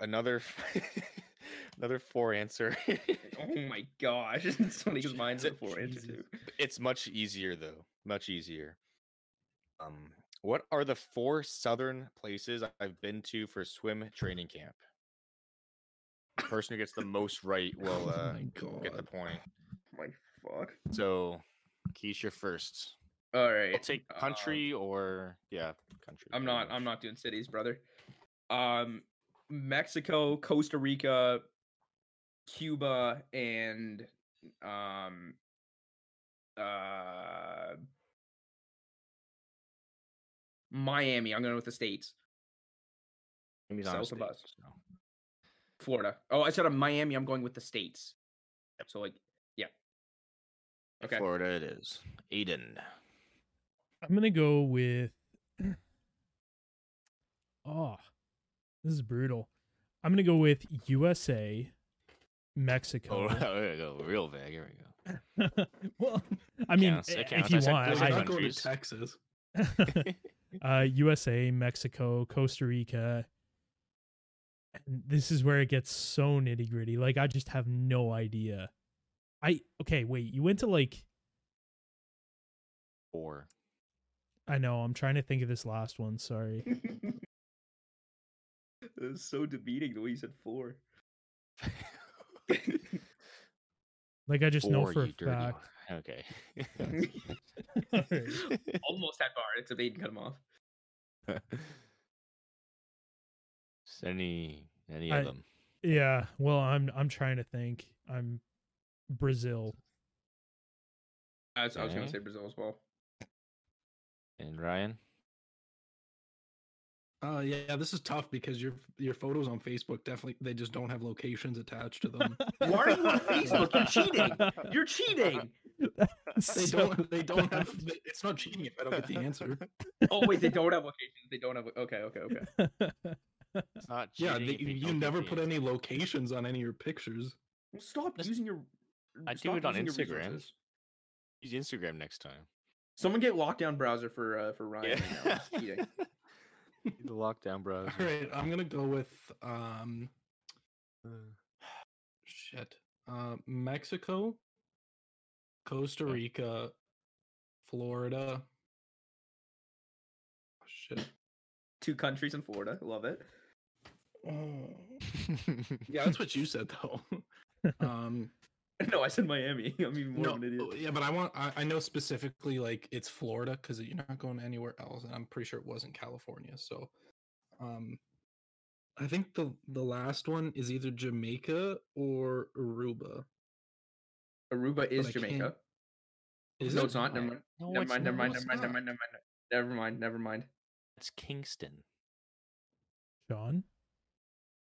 another f- another four answer.
Oh my gosh, it's funny because mine's
Je-
at four inches too.
it's much easier though. Much easier. Um, what are the four southern places I- I've been to for swim training camp? The person who gets the most right will
Oh
uh,
Oh god.
get the point.
My fuck.
So, Keisha first.
All right.
I'll take
um,
country or yeah, country.
I'm
pretty
not.
much.
I'm not doing cities, brother. Um, Mexico, Costa Rica, Cuba, and um, uh, Miami. I'm going with the states.
Maybe not a
south of
state,
us.
so.
Florida. Oh, I said uh, Miami. I'm going with the states. So like, yeah. Okay.
Florida it is. Aiden.
I'm gonna go with. Oh, this is brutal. I'm gonna go with
Oh,
USA, Mexico.
there Oh, we go. Real vague. Here we go.
well, I mean, eh,
Counts, it
if
counts.
you
I said
want,
those
We're
are
I,
not going
countries.
to Texas.
uh, USA, Mexico, Costa Rica. And this is where it gets so nitty gritty. Like I just have no idea. I okay, wait. You went to like
Four.
I know. I'm trying to think of this last one. Sorry.
That was so demeaning the way you said four.
Like I just know
Four,
for a
you dirty
fact.
one. Okay.
Alright.
Almost had bar, except they didn't cut him off.
Any any
I-
of them?
Yeah. Well, I'm I'm trying to think. I'm Brazil.
I was, I was gonna
Okay.
say Brazil as well.
And Ryan?
Uh, yeah, this is tough because your your photos on Facebook definitely they just don't have locations attached to them.
Why are you on Facebook? You're cheating. You're cheating.
They
So-
don't. They don't have. It's not cheating if I don't get the answer.
Oh wait, they don't have locations. They don't have. Okay, okay, okay.
It's not
Yeah,
cheating
they,
if you
you
don't get
never
the
put
answer.
any locations on any of your pictures.
Well, stop
Just-
using your.
I do
stop
it on
using your
Instagram.
resources.
Use Instagram next time.
Someone get lockdown browser for uh, for Ryan. Right now. He's cheating.
the lockdown bros.
All right, I'm gonna go with um, shit, uh, Mexico, Costa
Okay.
Rica, Florida. Shit.
Two countries in Florida. Love it.
Oh.
Yeah, that's what you said though. um,
No, I said Miami. I'm even more
no,
of an idiot.
oh, yeah, but I want I, I know specifically like it's Florida because you're not going anywhere else, and I'm pretty sure it wasn't California. So, um, I think the the last one is either Jamaica or Aruba.
Aruba is
I
Jamaica.
can't- Is
no,
it?
it's not. Never mind.
No,
Never
it's
mind. Never
not.
mind.
it's
Never mind. Never
not.
mind. Never mind. Never mind. Never mind.
It's Kingston.
John.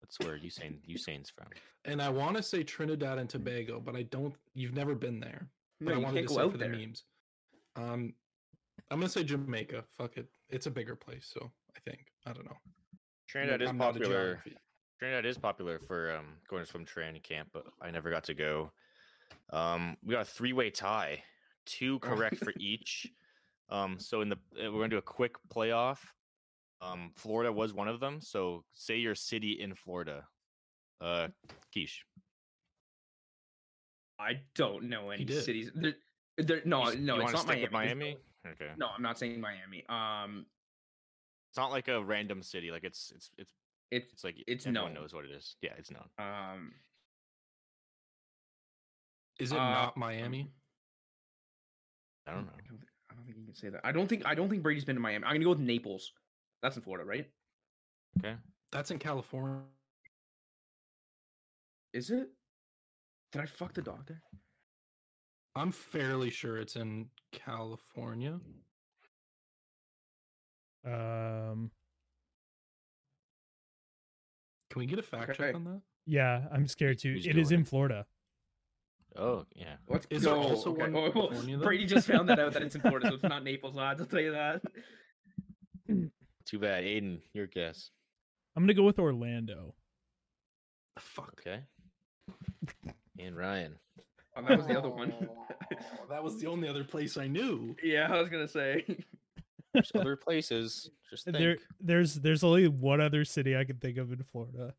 That's where Usain Usain's from.
And I want to say Trinidad and Tobago, but I don't. You've never been there.
No,
but I
you
wanted
can't
to
go
say
out
for
there.
the memes. Um, I'm gonna say Jamaica. Fuck it. It's a bigger place, so I think I don't know.
Trinidad is
I'm not a
popular.
geography-
Trinidad is popular for um, going to swim training camp, but I never got to go. Um, we got a three-way tie,
Oh.
two correct for each. Um, so in the uh, we're gonna do a quick playoff. Um, Florida was one of them. So say your city in Florida, uh, Quiche.
I don't know any
did.
cities. There, there, no,
You s-
Oh, no,
you
it's
wanna
not
stick
Miami.
with
There's no-
Miami. Okay,
No, I'm not saying Miami. Um,
it's not like a random city. Like it's it's it's
it's
it's like
It's
everyone
known.
knows what it is. Yeah, it's known.
um,
Is it
Uh,
not Miami? Hmm.
I don't know.
I don't, thi- I don't think you can say that. I don't think. I don't think Brady's been to Miami. I'm gonna go with Naples. That's in Florida, right?
That's in California.
Is it? Did I fuck the dog there?
I'm fairly sure it's in California.
Um.
Can we get a fact
Okay.
check on that?
Yeah, I'm scared too.
Who's
It is
doing
in Florida.
Mm.
Oh yeah.
Let's
Is there
go.
also
okay.
one in
oh, well,
California, though?
Brady just found that out that it's in Florida, so it's not Naples, lads. I'll tell you that.
Too bad, Aiden. Your guess.
I'm gonna go with Orlando.
Fuck.
Okay. And Ryan.
Oh, that was the other one.
Oh, that was the only other place I knew.
yeah, I was gonna say.
There's other places. Just think.
There, there's there's only one other city I can think of in Florida.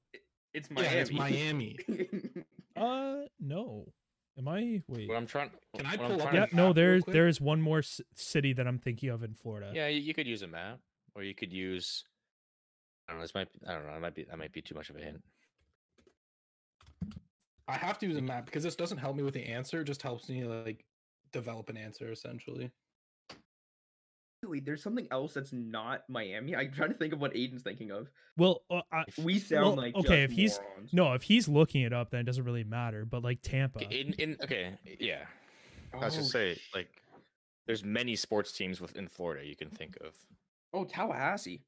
It's Miami.
Yeah, it's Miami.
Uh, no. Am I? Wait.
What I'm trying. what
Can I
I'm
pull up
trying
Yeah.
to-
map
No.
real
There's
quick?
there is one more c- city that I'm thinking of in Florida.
Yeah, you, you could use a map, or you could use. I don't know. This might. Be, I don't know. That might be. That might be too much of a hint.
I have to use a map because this doesn't help me with the answer. It just helps me like develop an answer essentially.
Wait, there's something else that's not Miami. I'm trying to think of what Aiden's thinking of.
Well, uh, I,
We sound
Well,
like
okay,
just
if he's-
morons.
no. If he's looking it up, then it doesn't really matter. But like Tampa.
Okay, In, in, okay. Yeah. I was
Oh,
just say
sh-
like, there's many sports teams within Florida you can think of.
oh Tallahassee.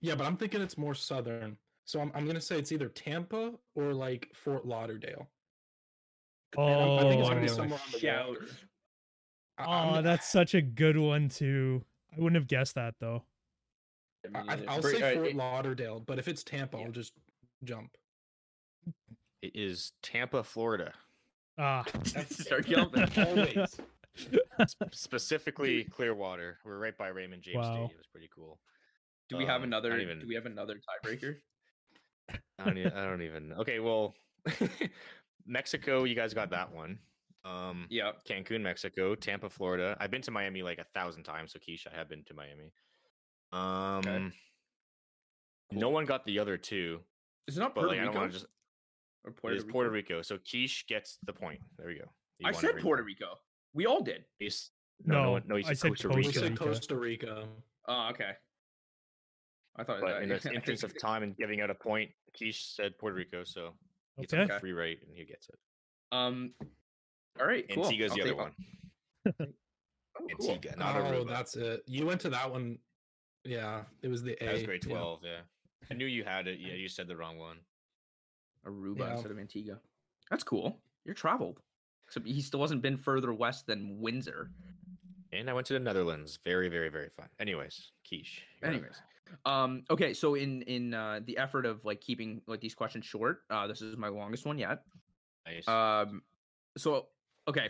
Yeah, but I'm thinking it's more southern. So I'm, I'm gonna say it's either Tampa or like Fort Lauderdale. And I'm-
oh,
I think it's gonna be
I know.
somewhere on the
Shout.
water. I- I'm-
Aw, that's such a good one too. I wouldn't have guessed that though.
I,
mean,
I-
it's
I'll
pretty-
say
uh,
Fort
it-
Lauderdale, but if it's Tampa, I'll just jump.
It is Tampa, Florida.
Ah,
Start jumping.
Always.
Sp- Specifically Clearwater. We're right by Raymond James
Wow.
Stadium. It's pretty cool.
Do we have
Um, I don't
another?
even-
Do we have another tiebreaker?
I don't, e- I don't even. Okay, well, Mexico, you guys got that one. Um,
yeah.
Cancun, Mexico, Tampa, Florida. I've been to Miami like a thousand times. So Keisha, I have been to Miami. Um, no one got the other two,
Is it not
but
Puerto
like I don't
Rico?
want to just.
or
Puerto it is Rico? Puerto Rico. So Keish gets the point. There we go. You
I
won
said
every-
Puerto Rico. We all did.
you s-
no,
no, no, you
I
said
said
Costa
Costa
We
Rica.
said
Rica.
Costa Rica.
Oh, okay. Oh, I thought
But in
I-
the interest of time and giving out a point, Keish said Puerto Rico, so he gets
Okay.
a free rate and he gets it.
um, all right, cool.
Antigua's
I'll
the other
take-
one.
Oh, cool.
Antigua, not
oh,
Aruba.
that's it. You went to that one. Yeah, it was the A.
That was grade
yeah.
12, yeah. I knew you had it. Yeah, you said the wrong one.
Aruba
Yeah.
instead of Antigua. That's cool. You're traveled. Except he still hasn't been further west than Windsor.
And I went to the Netherlands. Very, very, very fun. Anyways, Keish. you're up.
Anyways, um, okay. So in in uh, the effort of like keeping like these questions short, uh, this is my longest one yet.
Nice.
Um, so okay,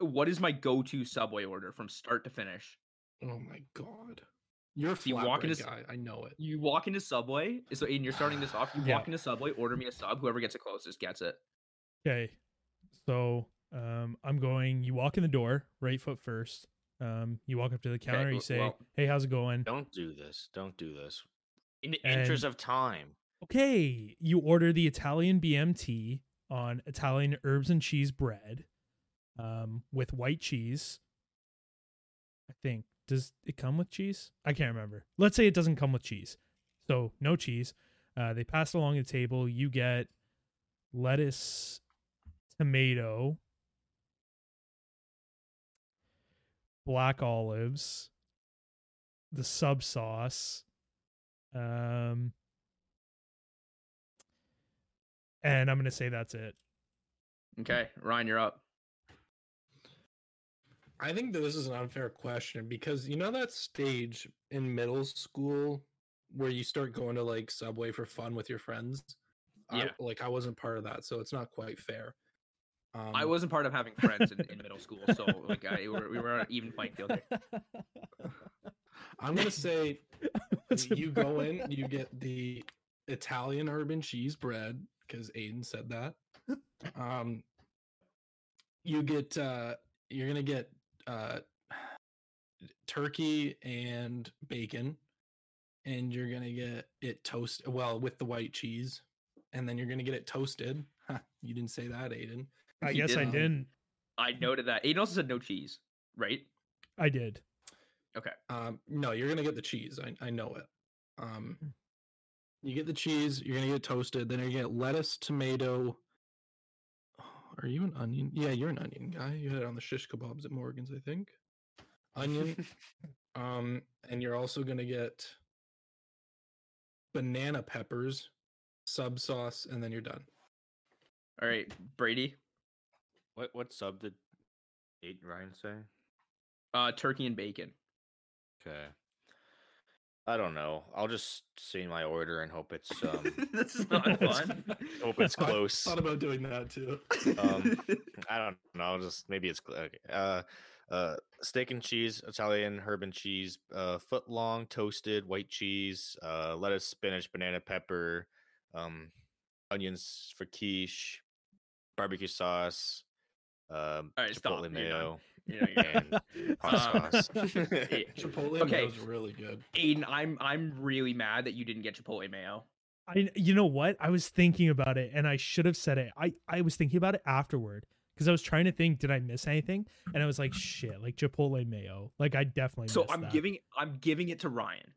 what is my go-to Subway order from start to finish?
Oh my god. You're a
You
flat
walk
bread
into s-
guy. I know it.
You walk into Subway, so Aiden, you're starting this off. You
Yeah.
walk into Subway, order me a sub. Whoever gets it closest gets it.
Okay. So um, I'm going. You walk in the door, right foot first. Um, you walk up to the counter.
w-
you say,
well-
"Hey, how's it going?"
Don't do this. Don't do this. In the interest
And-
of time.
Okay. You order the Italian BMT on Italian herbs and cheese bread, um, with white cheese. I think does it come with cheese? I can't remember. Let's say it doesn't come with cheese, so no cheese. Uh, they pass it along the table. You get lettuce, tomato, black olives, the sub sauce, um, and I'm gonna say that's it.
Okay, Ryan, you're up.
I think that this is an unfair question because you know that stage in middle school where you start going to like Subway for fun with your friends?
Yeah.
I, like I wasn't part of that, so it's not quite fair. Um,
I wasn't part of having friends in, in middle school, so like I, we were- we were on an even playing field here.
I'm gonna say
Wasn't
you
part
go
of
in,
that.
you get the Italian urban cheese bread because Aiden said that. Um, you get uh, you're gonna get uh, turkey and bacon, and you're gonna get it toast well with the white cheese, and then you're gonna get it toasted. Huh, you didn't say that, Aiden.
I
You
guess I
didn't.
didn't.
I noted that. Aiden also said no cheese, right?
I did.
Um, no, you're gonna get the cheese. I, I know it. Um,
Hmm.
you get the cheese. You're gonna get it toasted. Then you get lettuce, tomato. Are you an onion? Yeah, you're an onion guy. You had it on the shish kebabs at Morgan's, I think. Onion. um, and you're also gonna get banana peppers, sub sauce, and then you're done.
All right, Brady,
What what sub did eight Ryan say?
uh, turkey and bacon.
Okay. I don't know. I'll just say my order and hope it's um
this is not fun.
hope it's
I
close.
Thought about doing that too.
Um, I don't know. I'll just maybe it's cl- okay. uh uh steak and cheese, Italian herb and cheese, uh foot long toasted white cheese, uh lettuce, spinach, banana pepper, um onions for quiche, barbecue sauce, um
All right, stop.
chipotle
You're done.
mayo.
You're done, you're done.
and hot
Um,
sauce.
A-
Chipotle
Okay.
was really good.
Aiden, I'm I'm really mad that you didn't get Chipotle mayo.
I you know what? I was thinking about it and I should have said it. I I was thinking about it afterward because I was trying to think, did I miss anything? And I was like, shit, like Chipotle mayo. Like I definitely
So
missed
I'm
that.
giving I'm giving it to Ryan.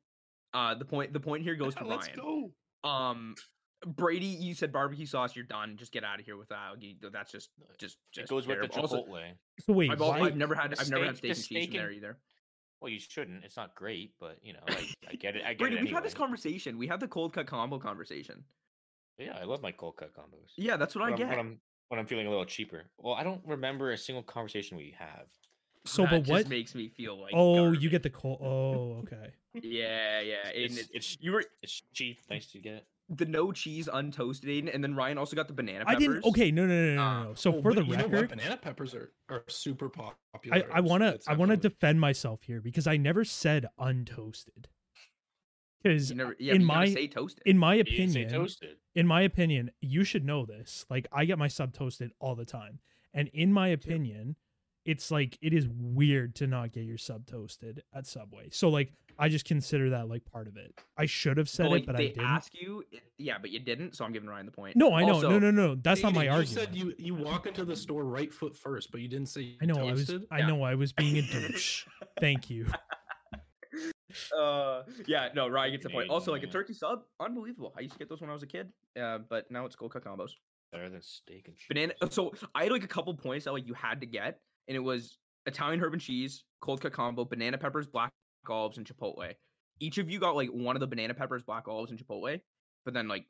Uh, the point the point here goes to
Let's
Ryan.
go.
Um, Brady, you said barbecue sauce. You're done. Just get out of here with that. You- That's just just just
it goes with the
terrible. Also,
chipotle.
So wait,
I've, al-
why-
I've never had
the
I've never had
steak-
steak
the
and cheese
steak
from there
and-
either.
well, you shouldn't. It's not great, but you know, I, I get it. I get
Brady,
it.
we've had this
anyway.
conversation. We had the cold cut combo conversation.
Yeah, I love my cold cut combos.
Yeah, that's what
when
I
I'm,
get.
when I'm when I'm feeling a little cheaper. Well, I don't remember a single conversation we have.
so
That
but
just
what?
makes me feel like
oh, you
garbage.
get the cold. Oh, okay.
yeah yeah. Aiden,
It's,
it-
it's
you were
it's cheap. Nice to get.
the no cheese untoasted Aiden, and then Ryan also got the banana.
I
Peppers.
didn't. Okay, no, no, no, no,
Uh,
no. no. So
Well,
for
but
the
you know what?
record,
banana peppers are, are super pop-
I,
popular.
I want to
It's
I want to
absolutely-
defend myself here because I never said untoasted. Because
You never, yeah,
in
but you gotta
my-
say toasted.
in my
You didn't say
opinion,
toasted.
in my opinion, you should know this. Like I get my sub toasted all the time. And in my opinion, it's like it is weird to not get your sub toasted at Subway. So like I just consider that like part of it. I should have said
Well,
it, but I
they
didn't.
ask you, it- yeah, but you didn't. So I'm giving Ryan the point.
no, I know.
Also,
no, no, no. That's not
Aiden,
my
you
argument.
said you you walk into the store right foot first, but you didn't say
I know I was
toasted.
I
Yeah.
know I was being a douche. Thank you.
uh, yeah, no, Ryan gets the point. Also, like a turkey sub, unbelievable. I used to get those when I was a kid, uh, but now it's gold cut combos.
Better than steak and cheese.
Banana. So I had like a couple points that like you had to get, and it was Italian herb and cheese, cold cut combo, banana peppers, black olives, and chipotle. Each of you got like one of the banana peppers, black olives, and chipotle, but then like,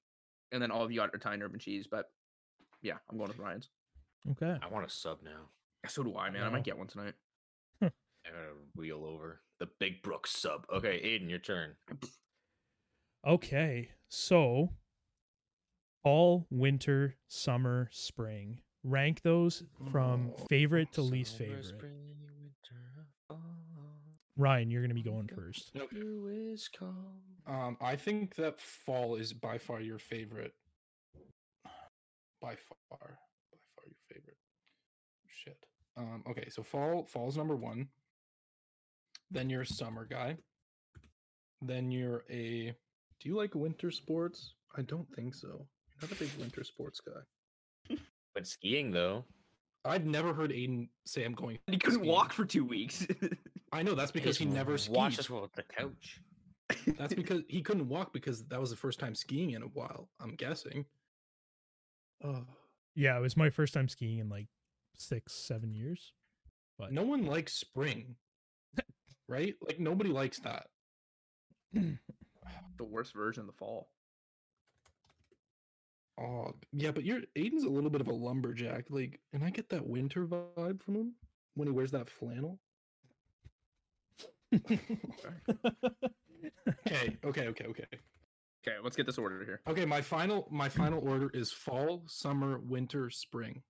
and then all of you got Italian herb and cheese. But yeah, I'm going with Ryan's.
Okay.
I want a sub now.
So do I, man. I
Wow.
might get one tonight.
I gotta wheel over the Big Brook sub. Okay, Aiden, your turn.
Okay. So fall, winter, summer, spring. Rank those from favorite to least favorite. Ryan, you're gonna be going first.
Okay. Um, I think that fall is by far your favorite. By far, by far your favorite. Shit. Um, okay, so fall fall's number one. Then you're a summer guy. Then you're a. Do you like winter sports? I don't think so. You're not a big winter sports guy.
But skiing though.
I've never heard Aiden say I'm going.
He couldn't
skiing.
walk for two weeks.
I know that's because he never skis.
watch us with the couch.
That's because he couldn't walk because that was the first time skiing in a while. I'm guessing. Oh,
Yeah, it was my first time skiing in like six, seven years. But
no one likes spring, right? Like nobody likes that.
the worst version of the fall.
Oh, yeah, but you're Aiden's a little bit of a lumberjack, like, and I get that winter vibe from him when he wears that flannel. Okay, okay, okay, okay.
Okay, let's get this ordered here.
Okay, my final my final order is fall, summer, winter, spring.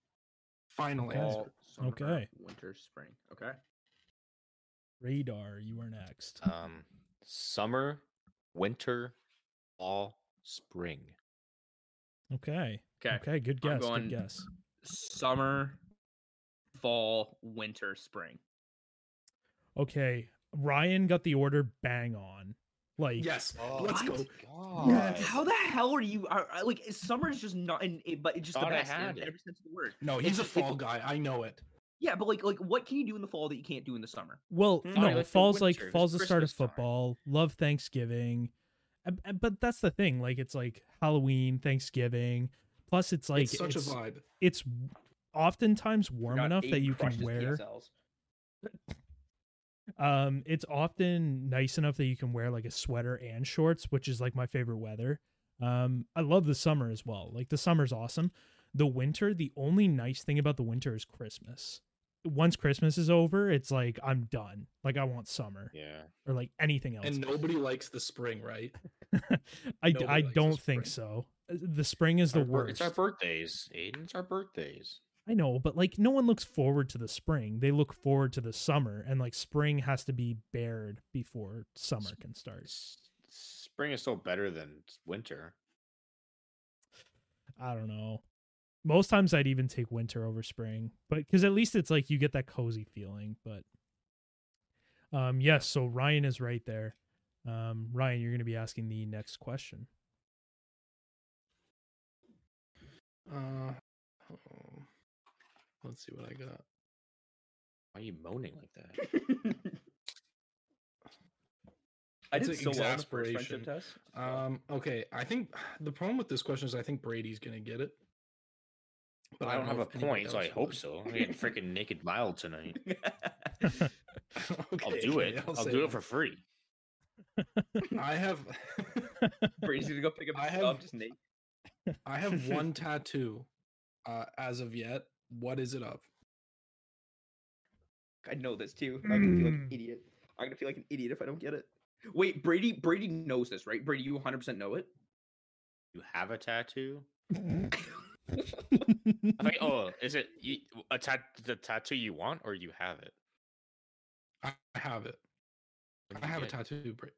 Final answer.
Fall, summer,
Okay.
Winter, spring. Okay.
Radar, you are next.
Um, summer, winter, fall, spring.
Okay.
Okay.
Okay. Good
I'm
guess.
going-
Good guess.
Summer, fall, winter, spring.
Okay. Ryan got the order bang on. Like
Yes, let's
what?
go.
God.
How the hell are you? Are, are- like summer is just not, in it, but it's just
Thought
the
I
best
had
in
it.
every sense of the word.
No, he's a
It's- it's-
fall guy. I know it.
Yeah, but like, like, what can you do in the fall that you can't do in the summer?
Well,
Hmm. Sorry,
no,
like the
falls like
winter, it was
falls the start of
Christmas time.
football. Love Thanksgiving, Uh, uh, but that's the thing. Like it's like Halloween, Thanksgiving. Plus, it's like
it's such
it's,
a vibe.
it's w- oftentimes warm
God,
enough that
Aiden
you can
crushed his
wear.
PSLs.
Um, it's often nice enough that you can wear like a sweater and shorts, which is like my favorite weather. Um, I love the summer as well. Like the summer's awesome. The winter, the only nice thing about the winter is Christmas. Once Christmas is over, it's like I'm done. Like I want summer
Yeah.
or like anything else.
And nobody likes the spring, right?
I, d-
Nobody
I
likes the
don't think
spring.
so. Uh, The spring is the
Our bir-
worst.
It's our birthdays, Aiden. It's our birthdays.
I know, but like no one looks forward to the spring. They look forward to the summer, and like spring has to be bared before summer can start.
S- Spring is still better than s- winter.
I don't know. Most times I'd even take winter over spring, but because at least it's like you get that cozy feeling. But um, yes, so Ryan is right there. Um, Ryan, you're going to be asking the next question.
Uh, oh, let's see what I got.
Why are you moaning like that?
I
It's
did
like
so well in the first friendship
exasperation.
test.
Um, okay, I think the problem with this question is I think Brady's gonna get it,
But I don't,
know
have
if
a
anybody
point, so I
else
hope
does.
so. I'm getting freaking naked mild tonight.
okay,
I'll do
okay,
it. I'll,
say
do it for free.
I have,
Brady's gonna go pick up
I
his
have-
stuff. Just Nate.
I have one tattoo, uh, as of yet. What is it of?
I know this too. and I'm gonna feel like an
Mm.
idiot. I'm gonna feel like an idiot if I don't get it. Wait, Brady. Brady knows this, right? Brady, you 100 percent know it.
You have a tattoo? I think, oh, is it you, a tat the tattoo you want, or you have it?
I I have it.
When did
I
you
have a
get it?
tattoo. Bra-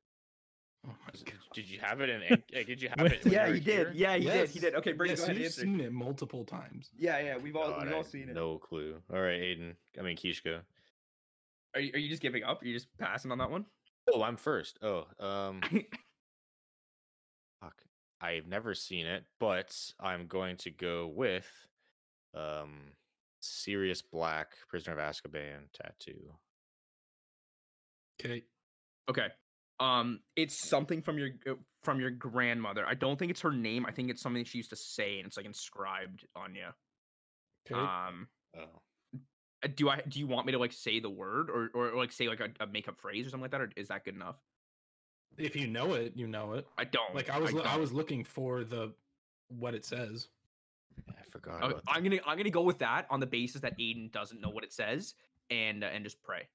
Oh my
Is-
god.
Did you have it in? An- like, did you have
When-
it? when
yeah,
you were
he did.
here?
Yeah, he did. He
Yes,
did. Okay, Brady,
yes,
go ahead and
you've
answer.
seen it multiple times.
Yeah, yeah, we've all
God,
we've
I
all
have
seen it.
No clue. All right, Aiden. I mean, Kishka.
Are you, are you just giving up? Are you just passing on that one?
Oh, I'm first. Oh, um, fuck. I've never seen it, but I'm going to go with, um, Sirius Black, Prisoner of Azkaban tattoo.
Okay,
Okay, Um, it's something from your uh, from your grandmother. I don't think it's her name. I think it's something she used to say, and it's like inscribed on you.
Okay.
Ah.
Um,
Oh.
uh, do I do you want me to like say the word or or, or, like say like a, a makeup phrase or something like that, or is that good enough?
if you know it, you know it.
I
Oh,
don't.
Like I was, lo- I,
don't.
was looking for the what it says.
I
Oh,
forgot.
Okay,
about that.
Oh, I'm gonna I'm gonna go with that on the basis that Aiden doesn't know what it says and uh, and just pray.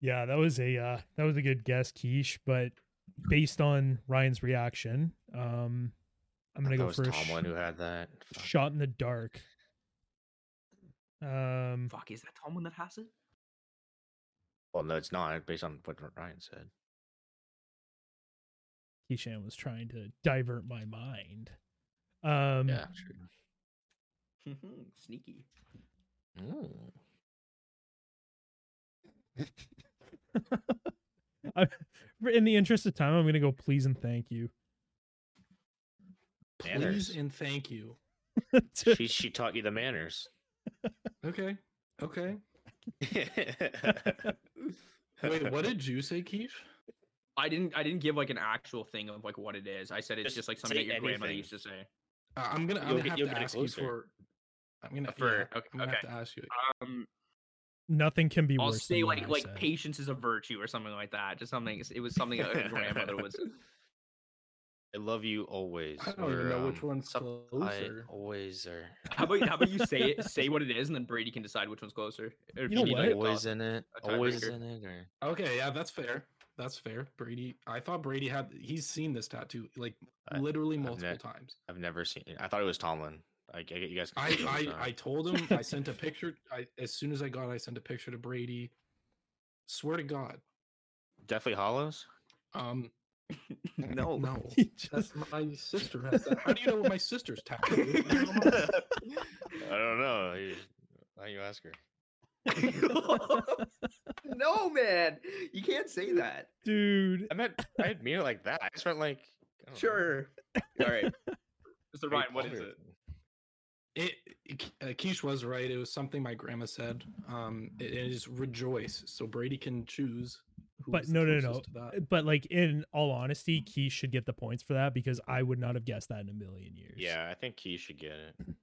Yeah, that was a uh, that was a good guess, Quiche. But based on Ryan's reaction, um, I'm
I
gonna
thought it
go
was
for a
Tomlin
sh-
who had that. Fuck.
shot in the dark. Um,
Fuck, is that Tomlin that has it?
Well, no, it's not based on what Ryan said.
Keyshan was trying to divert my mind. Um,
yeah, true.
Mm-hmm, Sneaky.
Mm.
I- in the interest of time, I'm gonna go. Please and thank you.
Please
Manners.
and thank you.
To-
she she taught you the manners.
Okay. Okay. Wait,
Wait,
what did you say, Keish?
I didn't I didn't give like an actual thing of like what it is. I said it's
Just
just, like something
say
that your grandmother
anything.
used to say.
Uh, I'm gonna, I'm
You'll
gonna
get-
have
you'll
to
get it
ask you
closer.
for. I'm gonna
For-
yeah,
okay,
I'm gonna
okay.
have to ask you.
Um,
Nothing can be
I'll
worse.
say
than what
like
I
like
said.
patience is a virtue or something like that. Just something. It was something that your grandmother was.
I love you always.
I don't even
or,
know which
um,
one's
some-
closer.
I always or
How about how about you say it, say what it is, and then Brady can decide which one's closer. Or if
You know
need, like,
what?
a
always
thought.
in it.
a
Always
tiebreaker.
in it. Or
Okay, yeah, that's fair. That's fair. Brady, I thought Brady had. He's seen this tattoo like
I-
literally
I've
multiple
ne-
times.
I've never seen. it. I thought it was Tomlin. I, I get you guys. confused all the
I,
time.
I, I told him. I sent a picture. I as soon as I got, it, I sent a picture to Brady. Swear to God.
definitely hollows.
Um,
No,
no.
He
That's
just-
my sister has that. How do you know what my sister's tattoo? is? I don't know.
I don't know. You- Why you ask her?
no man, you can't say that.
dude.
I meant I didn't mean it like that. I just meant like
Oh.
I don't know,
Sure. All right. Mr.
Harry
Ryan, what is
Potter
it?
thing.
It, it K- uh, Keish was right. It was something my grandma said. Um, it it is rejoice. So Brady can choose. Who
But
is the
no, no, no.
closest to that.
uh, But like in all honesty, Key should get the points for that because I would not have guessed that in a million years.
Yeah, I think he should get it.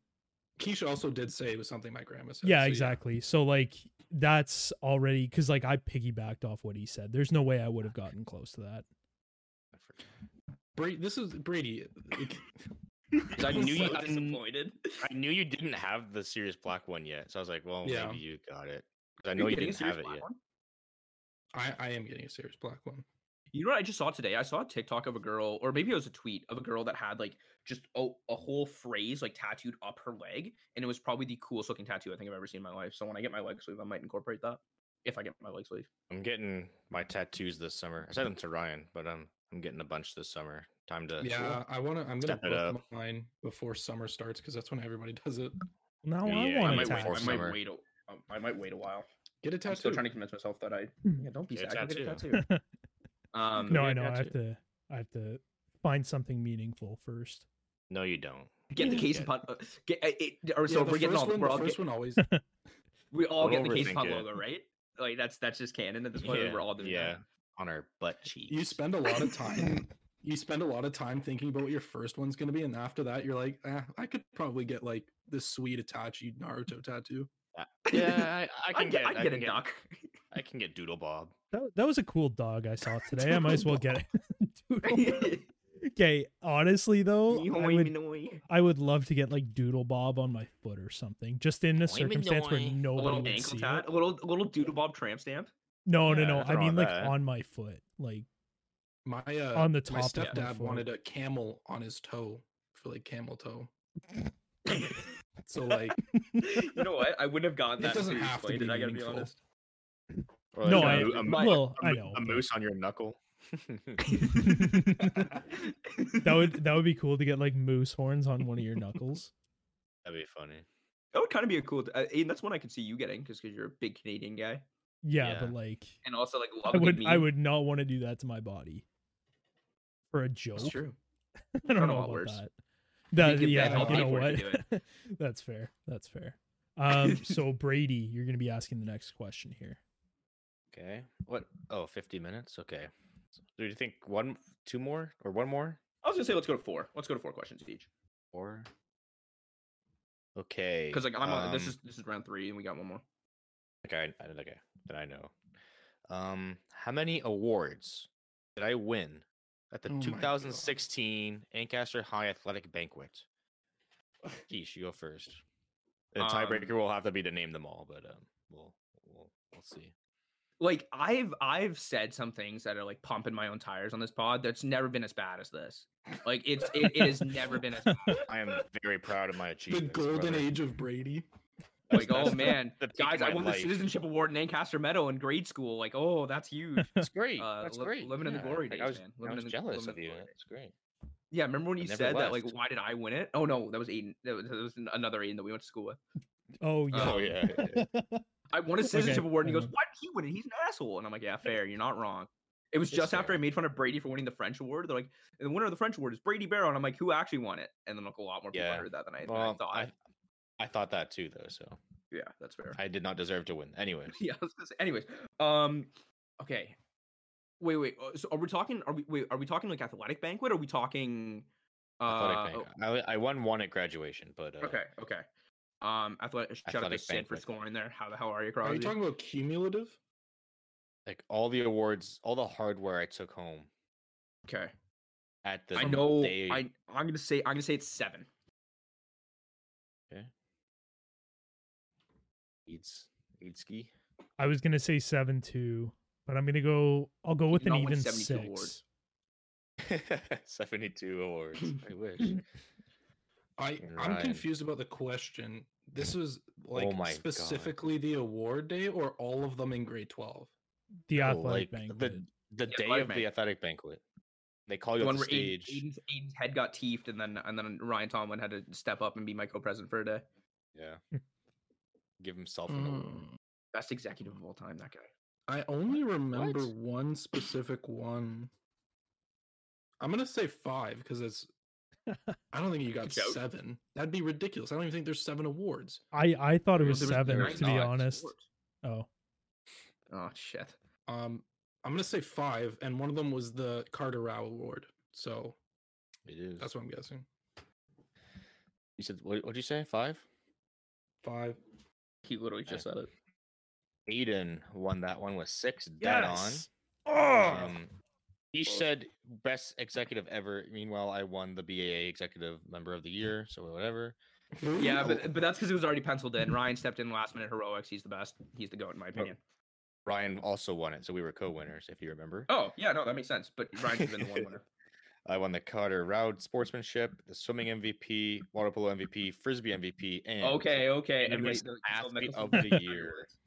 Keish also did say it was something my grandma said.
yeah
so
exactly so like that's already because like i piggybacked off what he said there's no way i would have gotten close to that
I forgot.
Brady, this is Brady. it-
'Cause I
I
was
knew you-
so
I kn-
disappointed.
I knew you didn't have the serious black one yet, so I was like, well,
Yeah.
maybe you got it. 'Cause I know you
getting a
didn't
serious
have it
black
yet.
one?
I, I am getting a serious black one.
You know what I just saw today? I saw a TikTok of a girl, or maybe it was a tweet of a girl that had like just a, a whole phrase like tattooed up her leg, and it was probably the coolest looking tattoo I think I've ever seen in my life. So when I get my leg sleeve, I might incorporate that if I get my leg sleeve.
I'm getting my tattoos this summer. I sent them to Ryan, but I'm I'm getting a bunch this summer. Time to
Yeah, I want to. I'm gonna
Step it
book
up.
mine before summer starts because that's when everybody does it.
now
Yeah, yeah,
i
I
I
want
might
to
wait.
tattoo.
I
tax
might
Summer.
wait. a- um, I might wait a while.
Get a tattoo.
I'm still trying to convince myself that I. Yeah, don't be
Get a
sad. Go Get a
tattoo.
tattoo. Um,
Hmm. no
get a
i know i have
tattoo.
to i have to find something meaningful first
No, you don't.
get the
Yeah.
case
Yeah.
and pot. Uh, get uh, it. Or so
the
we're getting
first
all.
one,
we're
the
all
first
get,
one always.
we all
Don't
get the case and pot
overthink it.
logo, right? Like that's that's just canon at this point. like,
Yeah,
We're all doing
yeah.
that.
On our butt cheeks.
You spend a lot of time. you spend a lot of time thinking about what your first one's gonna be, and after that, you're like, eh, I could probably get like this sweet Itachi Naruto tattoo.
Yeah, I, I
I
can get.
I
I
get a
can get,
duck.
I can get Doodle Bob.
that, that was a cool dog i saw today i might as well get it oh Doodle Bob. okay honestly though I would, I would love to get like doodle bob on my foot or something just in a
Yoy, me
circumstance where
yoy. A
a
nobody
little
would
ankle
see
tat,
it.
a little a little doodle bob tramp stamp.
no no
Yeah,
no
nothing
i
wrong
mean
with
like
that.
on my foot like
My uh,
on the
my
top of my
stepdad
foot.
wanted a camel on his toe for like camel toe. so like,
You know what? I wouldn't have gotten that.
it doesn't
until you
have to
explained
be
it, I gotta be
meaningful.
honest.
Or
No,
like
I-
mo- mo-
well, I
mo-
know,
a
but-
moose on your knuckle.
that would that would be cool to get like moose horns on one of your knuckles
That'd be funny.
that would kind of be a cool. t- Uh, and that's one I could see you getting because because you're a big Canadian guy
Yeah,
Yeah.
but like
and also like love
I
a good
would I
meme.
would not want to do that to my body for a joke.
That's true.
I don't
Kinda
know
lot
about
worse.
that.
make
That
it
yeah,
bad, I'll
you
pay
know
for it if you
what? That's fair. That's fair. Um, so Brady, you're gonna be asking the next question here.
Okay. What? Oh, 50 minutes? Okay. Do you think one, two more, or one more?
I was gonna say let's go to four. Let's go to four questions each.
Or okay,
Because like I'm on this
um,
is this is round three and we got one more.
okay. I, I, okay, then I know. Um, how many awards did I win at the
Oh my God.
2016 Ancaster High Athletic Banquet? Keesh, you go first. The tiebreaker
Um,
will have to be to name them all, but um, we'll we'll we'll see.
Like I've I've said some things that are like pumping my own tires on this pod. That's never been as bad as this. Like it's it, it has never been as bad.
I am very proud of my
The
achievements.
golden
brother.
age of Brady.
Like
That's
oh
the-
man,
the peak of
guys, I
my
won the
life.
citizenship award in Ancaster Meadow in grade school. Like oh, that's huge.
That's great.
Uh,
That's
li-
great.
living in the glory
like, I
days,
was,
man.
I
Living
was
in the-
jealous
living
of
in the
you.
glory
That's great.
Yeah, remember when you
never
said that? Like,
left.
why did I win it? Oh no, that was Aiden. That was, that was an- another Aiden that we went to school with.
Oh yeah.
Oh, yeah, yeah,
I won a citizenship
Okay,
award, and he
I
goes,
uh-huh.
"Why did he win it? He's an asshole." And I'm like, "Yeah, fair. You're not wrong." It was
It's
just after
fair.
I made fun of Brady for winning the French award. They're like, "The winner of the French award is Brady Barrow," and I'm like, "Who actually won it?" And then like a lot more people
Yeah.
heard that than I, than I
Well,
thought.
I, I thought that too, though. So
yeah, that's fair.
I did not deserve to win. Anyways,
yeah. I was gonna say- anyways, um, okay. Wait, wait. uh, So are we talking? Are we? Wait, are we talking like athletic banquet? Or are we talking? Uh,
athletic bank.
oh,
I, I won one at graduation, but uh,
Okay. Okay. Um, athletic. Shout out to
Athletic
Sid for
Banquet.
scoring there. How the hell are you,
Are
Crosby?
you talking about cumulative?
like all the awards, all the hardware I took home
okay.
at the
I know.
day-
I I'm gonna say I'm gonna say it's seven.
Eats Eatski.
I was gonna say seven two, but I'm gonna go. I'll go with
did
an
not win
even
72
six.
awards.
72 awards. I wish. Oh,
I I'm
Ryan.
confused about the question. This was like
Mm. Oh my God.
specifically the award day or all of them in grade twelve.
The
No, like,
athletic banquet.
the the
Yeah,
day
athletic
of the
banquet.
athletic banquet. They call you
The
on
one where
the
Aiden,
stage.
Aiden's, Aiden's head got teefed, and then and then Ryan Tomlin had to step up and be my co-president for a day.
Yeah. Give himself an award.
Mm. Best executive of all time, that guy.
I only remember one specific one. I'm gonna say five because it's. I don't think you got
Good shout.
seven. That'd be ridiculous. I don't even think there's seven awards.
I I thought it
There
was
there
seven.
there
nine
To be
dots.
not.
honest. Oh,
Oh shit.
Um, I'm gonna say five, and one of them was the Carter Rao Award. So
It is.
that's what I'm guessing.
you said. What would you say? Five.
Five.
He literally just said it.
Aiden won that one with six dead
yes.
on.
Mm-hmm.
Oh,
Um, he said best executive ever. Meanwhile, I won the BAA Executive Member of the Year. So whatever.
Yeah, but but that's because it was already penciled in. Ryan stepped in last minute heroics. He's the best. He's the goat
Oh.
in my opinion.
Ryan also won it, so we were co-winners, if you remember.
Oh yeah, no, that makes sense. But Ryan should have been the one winner.
I won the Carter Roud Sportsmanship, the swimming MVP, water polo MVP, frisbee MVP, and
Okay, okay. And
and it
wait,
was
the- Phil
athlete
Mickelson
of
won
the
three
year.
awards.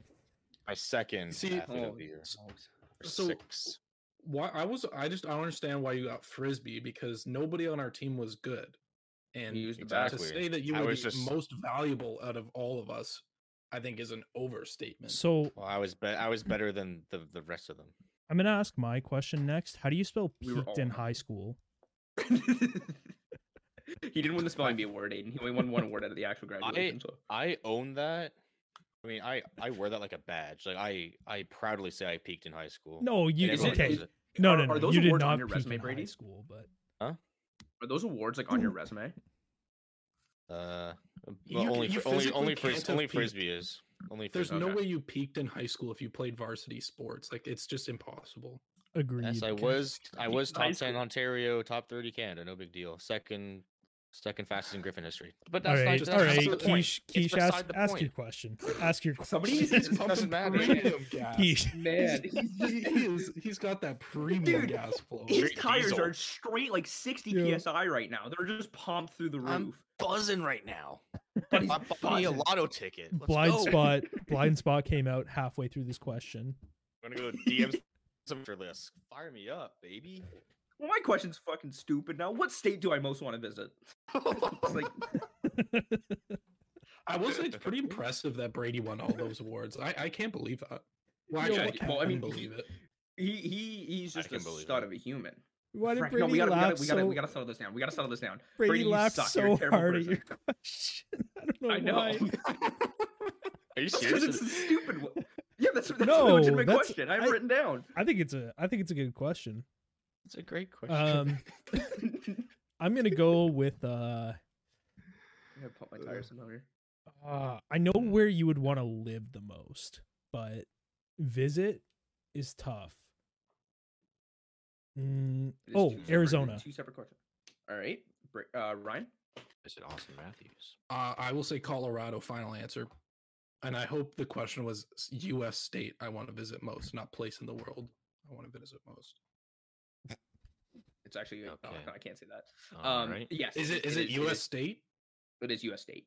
My second
See,
athlete
oh,
of the year. or
so-
Six.
why I was I just I don't understand why you got frisbee because nobody on our team was good, and
He was the
to
Exactly.
say that you
I
were the
was just-
most valuable out of all of us, I think is an overstatement.
so
Well, I was be- I was better than the, the rest of them.
I'm gonna ask my question next. How do you spell
We were
peaked
all
in
not.
high school?
he didn't win the spelling bee award, Aiden. He only won one award out of the actual graduation. so.
I own that. I mean, I I wear that like a badge. Like I I proudly say I peaked in high school.
No, you
everyone
okay?
knows it.
no,
Are-
no, no.
are those
you did
awards on
not
your
peak
resume,
in
Brady?
high school, but
Are those awards like on your resume?
Uh, well,
You-
only
you
fr- only
physically
only
can't
fris-
have
only
peaked.
frisbee is only.
There's
frisbee.
no
okay.
way you peaked in high school if you played varsity sports. Like it's just impossible.
agreed.
Yes, I
Okay.
was I
peaked
was
in high
top ten
school.
Ontario, top thirty Canada. No big deal. Second second fastest in Griffin history. But
All
that's
right,
not
all
that's
right.
beside the point.
Keish,
It's
Keish,
beside
ask,
the
ask
point.
your question. Ask your
Somebody
question.
needs to
He's
It doesn't
pumping
matter.
premium gas.
Keish,
Man,
He's- he, he is, he's got that premium
Dude,
gas flow.
his
Straight
tires are
diesel.
straight like 60
Yeah.
psi right now. They're just pumped through the
I'm
roof.
buzzing right now.
But he's
I Um, bought me a
buzzing.
lotto ticket. Let's
blind
go.
spot. Blind spot came out halfway through this question.
I'm gonna go DM some for list. Fire me up, baby.
Well, my question's fucking stupid now. What state do I most want to visit? It's like,
I will say it's pretty impressive that Brady won all those awards. I, I can't believe that.
Yo,
Well, actually, I
like,
can't
well, I mean,
believe it.
he he he's
I
just a
can believe
stud
it.
of a human.
Why did
Frank-
Brady
no, we gotta,
laugh
we
so?
gotta, we gotta, we gotta settle this down. We gotta settle this down.
Brady,
Brady, you
laughed
suck. You're a
so
terrible
hard
person.
at your question. I don't know
I know.
why.
Are you
Because it's a stupid. one. Yeah, that's, that's a
No,
legitimate
that's-
question. I've
I-
written down.
I think it's a. I think it's a good question.
It's a great question.
Um, I'm gonna go with. Uh,
I'm gonna pump my tires some here.
uh, I know where you would want to live the most, but visit is tough. Mm,
It is
oh,
two separate-
Arizona.
Two separate questions. All right, Br- uh, Ryan.
Is it Austin Matthews?
Uh, I will say Colorado. Final answer, and I hope the question was s- U.S. state I want to visit most, not place in the world I want to visit most.
It's actually oh,
Okay.
I can't say that.
All
um,
right.
yes.
Is it is it
it
U.S. state?
It is U.S. state.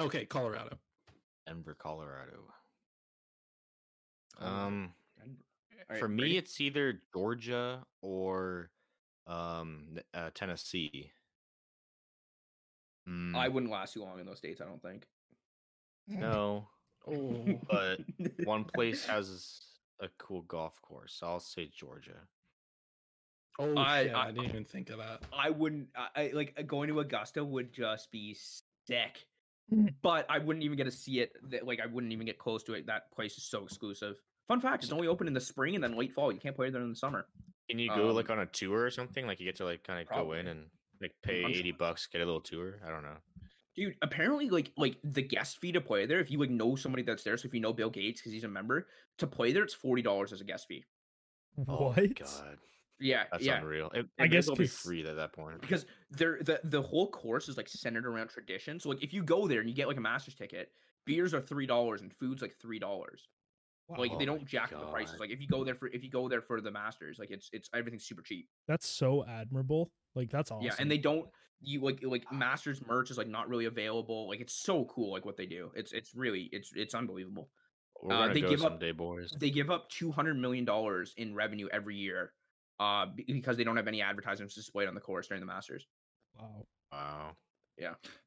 Okay, Colorado.
Denver, Colorado.
Colorado.
Um,
Denver. All right,
for me,
Brady?
it's either Georgia or um N- uh, Tennessee. Mm,
I wouldn't last too long in those states. I don't think.
no,
Oh.
but one place has a cool golf course. So I'll say Georgia.
Oh,
I-
shit,
I-
I, didn't even think of that.
I wouldn't. I, I like uh, going to Augusta would just be sick,
Mm.
but I wouldn't even get to see it. That like I wouldn't even get close to it. That place is so exclusive. Fun fact: it's only open in the spring and then late fall. You can't play there in the summer.
Can you go like
Um,
on a tour or something? Like you get to like kind of go in
probably.
and like pay
I'm sure-
eighty bucks, get a little tour. I don't know.
Dude, apparently, like, like the guest fee to play there, if you like know somebody that's there, so if you know Bill Gates because he's a member, to play there, it's forty dollars as a guest fee.
what?
Oh my god,
Yeah,
that's
yeah,
unreal. It,
I
I
guess
guess it'll be
'cause-
free at that point.
because there the the whole course is like centered around tradition. So like, if you go there and you get like a master's ticket, beers are three dollars and food's like three dollars. Like
Oh
they
my
don't jack up the prices.
God.
Like if you go there for if you go there for the masters, like it's it's everything's super cheap.
That's so admirable. Like that's awesome.
Yeah, and they don't you like like masters merch is like not really available. Like it's so cool like what they do. It's it's really it's it's unbelievable.
We're
uh,
gonna
they
go
give up-
someday, boys.
They give up two hundred million dollars in revenue every year, uh, be- because they don't have any advertisements displayed on the course during the masters.
Wow.
Wow.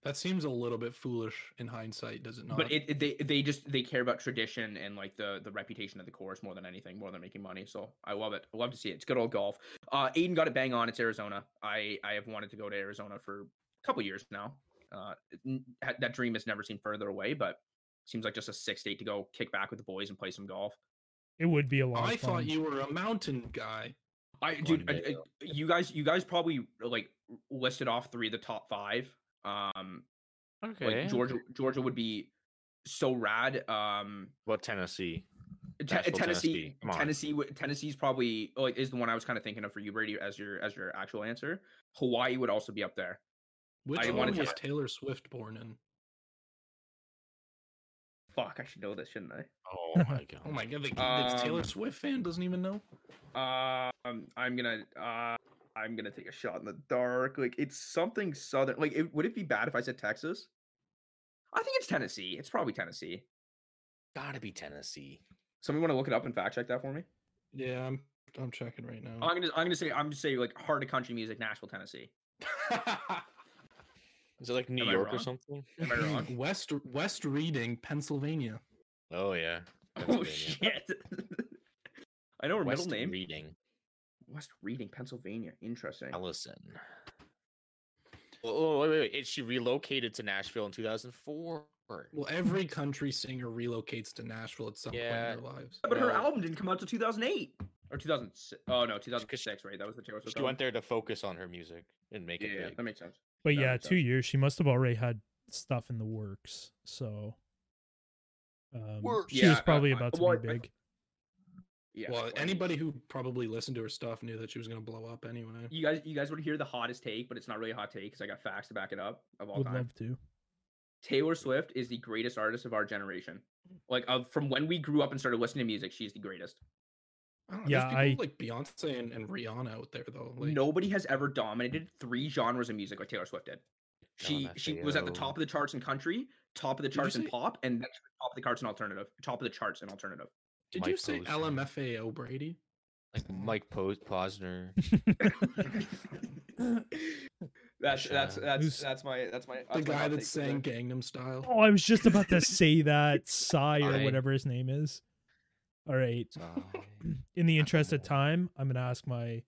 That seems a little bit foolish in hindsight, does it not?
But it, it- they they just they care about tradition and like the the reputation of the course more than anything, more than making money. So I love it. I love to see it. It's good old golf. Uh, Aiden got it bang on. It's Arizona. I I have wanted to go to Arizona for a couple years now. Uh, it n- ha- that dream has never seemed further away, but seems like just a six date to go kick back with the boys and play some golf.
It would be a lot.
I
of fun.
thought you were a mountain guy.
I
One
dude, I,
day.
I- you guys you guys probably like listed off three of the top five. Um,
Okay.
like Georgia Georgia would be so rad. Um,
What Tennessee?
Te- uh,
Nashville,
Tennessee,
Tennessee. Come on.
Tennessee, would- Tennessee's probably like is the one I was kind of thinking of for you, Brady, as your as your actual answer. Hawaii would also be up there.
Which
I
one
wanted to-
was Taylor Swift born in?
Fuck, I should know this, shouldn't
Oh my god.
Oh my god, the, the Taylor
Um,
Swift fan doesn't even know.
I? Um, I'm gonna uh, I'm gonna take a shot in the dark. Like it's something southern. Like it, would it be bad if I said Texas? I think it's Tennessee. It's probably Tennessee.
Gotta be Tennessee.
Somebody want to look it up and fact check that for me?
Yeah, I'm I'm checking right now.
I'm gonna I'm gonna say I'm just say like hard to country music, Nashville, Tennessee.
Is it like New
Am I
York or
wrong?
something?
Am I wrong?
West West Reading, Pennsylvania.
Oh yeah.
Oh
Pennsylvania.
shit! I know her
West
middle name.
Reading,
West Reading, Pennsylvania. Interesting.
Allison. Oh, oh, wait, wait, wait. It- She relocated to Nashville in 2004.
Well, every country singer relocates to Nashville at some
Yeah.
point in their lives.
But her
No.
album didn't come out till 2008 uh, or 2006. Oh no, 2006, right? That was the Taylor Swift.
She went
album.
there to focus on her music and make
Yeah,
it
yeah,
big.
that makes sense.
But
That
yeah,
makes
two
sense.
years. She must have already had stuff in the works. So um,
Works.
she
Yeah,
was
uh,
probably
I-
about to
well, I-
be big.
Yeah.
well,
well,
anybody who probably listened to her stuff knew that she was going to blow up anyway.
You guys, you guys would hear the hottest take, but it's not really a hot take because I got facts to back it up of all
Would
time.
love to.
Taylor Swift is the greatest artist of our generation. Like of from when we grew up and started listening to music, she's the greatest.
I don't know,
Yeah,
there's
I-
people like Beyonce and, and Rihanna out there though. Like,
Nobody has ever dominated three genres of music like Taylor Swift did. She
Donna
she was at the
Theo.
top of the charts in country, top of the
Did you
charts in
say-
pop, and then she was top of the charts in alternative, top of the charts in alternative.
did
Mike
you say
Posner.
LMFAO, Brady?
Like Mike Pos- Posner.
that's that's
Michelle.
that's
Who's-
that's my that's my
The
that's my
guy
hot
that's
take
saying
for today.
Gangnam Style.
Oh, I was just about to say that Psy or
I-
whatever his name is. All right.
Sigh.
In the interest of time, I'm gonna ask my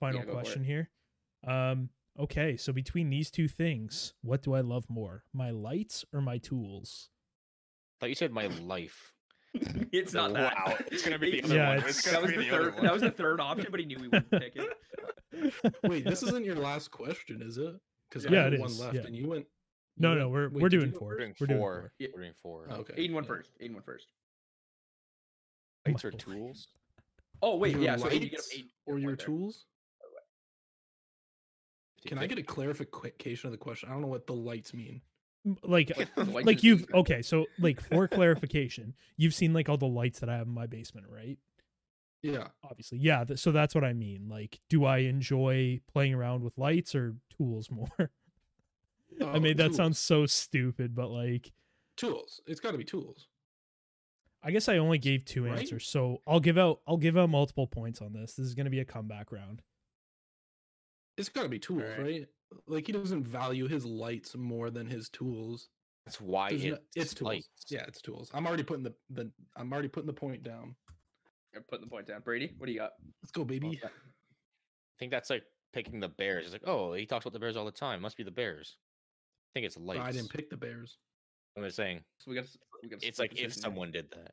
final
go for it.
question here. Um, okay, so between these two things, what do I love more, my lights or my tools?
thought you said my life.
it's not that.
Wow, it's gonna be the
It-
other
Yeah,
one.
it's-
It's
that
gonna
was
be
the,
the other
third.
one.
That was the third option, but he knew we wouldn't pick it.
Wait, this isn't your last question, is it? Because
Yeah,
I
it
have one
is,
left,
yeah.
and you went.
No,
you
no, we're-
wait,
we're
did you
doing
go-
four.
We're doing
We're doing
four.
four.
We're doing four.
Oh, okay.
Aiden went
yeah.
first. Aiden went first.
Lights or
Michael.
tools?
Oh wait,
Your
yeah. So Aiden, you get
lights
a- Aiden, you get a
or your
point there.
tools? Can I get a clarification of the question? I don't know what the lights mean.
M- Like
The lights
like
is
you've
easy.
okay, so like for clarification, you've seen like all the lights that I have in my basement, right?
Yeah.
Obviously. Yeah, th- so that's what I mean. Like do I enjoy playing around with lights or tools more? I
Oh,
mean that
tools.
sounds so stupid, but like
tools. It's got to be tools.
I guess I only gave two
Right?
answers, so I'll give out I'll give out multiple points on this. This is gonna be a comeback round.
It's got to be tools,
Alright.
right. Like he doesn't value his lights more than his tools.
That's why
There's
it.
no- it's tools.
lights.
Yeah, it's tools. I'm already putting the, the I'm already putting the point down.
I'm putting the point down. Brady, what do you got?
Let's go, baby.
I think that's like picking the Bears. It's like, oh, he talks about the Bears all the time. Must be the Bears. I think it's lights.
I didn't pick the Bears.
I'm just saying.
So we got. s- We got a
It's
split
like if
decision here.
someone did that.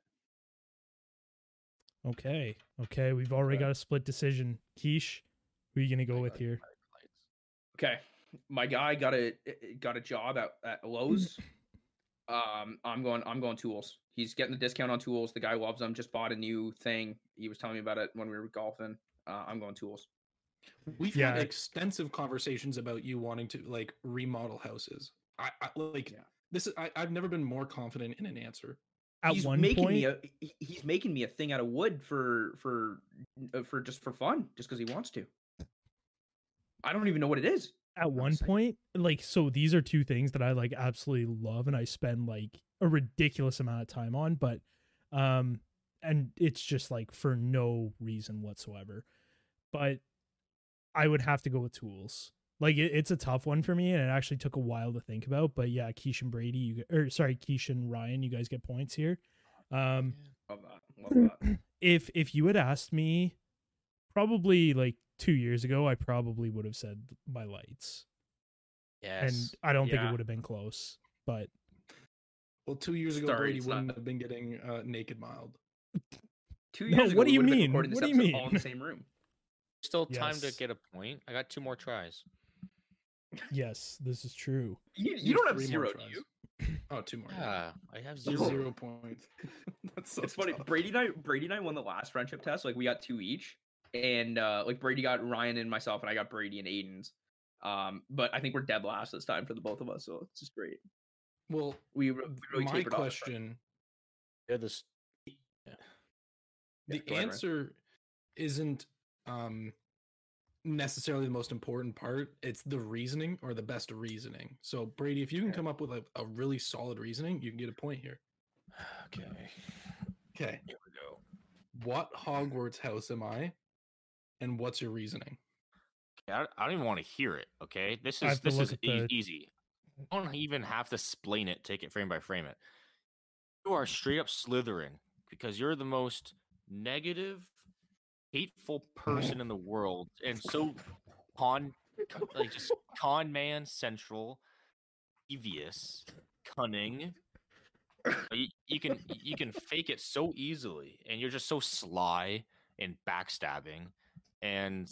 Okay. Okay, we've already
Okay.
got a split decision. Keish, who are you gonna go
I
with
got
here?
Okay, my guy got a eh, got a job at, at Lowe's. Um, I'm going. I'm going tools. He's getting the discount on tools. The guy loves them. Just bought a new thing. He was telling me about it when we were golfing. Uh, I'm going tools.
We've
Yeah.
had extensive conversations about you wanting to like remodel houses. I, I like
Yeah.
this is I, I've never been more confident in an answer.
At
he's
one
making
point,
me a he- he's making me a thing out of wood for for uh, for just for fun, just because he wants to. I don't even know what it is.
at one
saying.
point like so these are two things that i like absolutely love and i spend like a ridiculous amount of time on but um and it's just like for no reason whatsoever but i would have to go with tools like it, it's a tough one for me and it actually took a while to think about but yeah Keishan brady you g- or sorry Keishan ryan you guys get points here um
Love that. Love that.
if if you had asked me probably like two years ago i probably would have said my lights
Yes.
and I don't think it
Yeah.
would have been close. But
Well, two years ago,
Sorry,
Brady
it's not-
wouldn't have been getting uh, naked mild.
Two
No,
years ago,
what do
we
you
would've been
mean?
recording this
What do you
episode All in the
mean?
same room.
Still time to
Yes.
get a point. I got two more tries.
yes, this is true.
You, you
have
don't have
three more
zero, do
tries.
you?
Oh, two more.
Yeah, I have
Zero
zero.
points. That's so
it's funny.
tough.
Brady and I, Brady and I won the last friendship test. Like we got two each, and uh, like Brady got Ryan and myself, and I got Brady and Aiden's. Um, but I think we're dead last this time for the both of us, so it's just great.
Well,
We re- really
my
tapered off at first.
question,
They're the s-
Yeah,
the
go ahead, Ryan.
answer isn't um necessarily the most important part. It's the reasoning or the best reasoning. So, Brady, if you can
Yeah.
come up with a, a really solid reasoning, you can get a point here.
Okay.
Okay.
Here we go.
What Hogwarts house am I? And what's your reasoning?
I don't- I don't even want to hear it. Okay, this
I
is
have to
this
look
is
at
ea-
the-
easy. I don't even have to explain it. Take it frame by frame. It. You are straight up Slytherin because you're the most negative, hateful person in the world, and so con, con- like just con man central, devious, cunning. But You, you can you can fake it so easily, and you're just so sly and backstabbing, and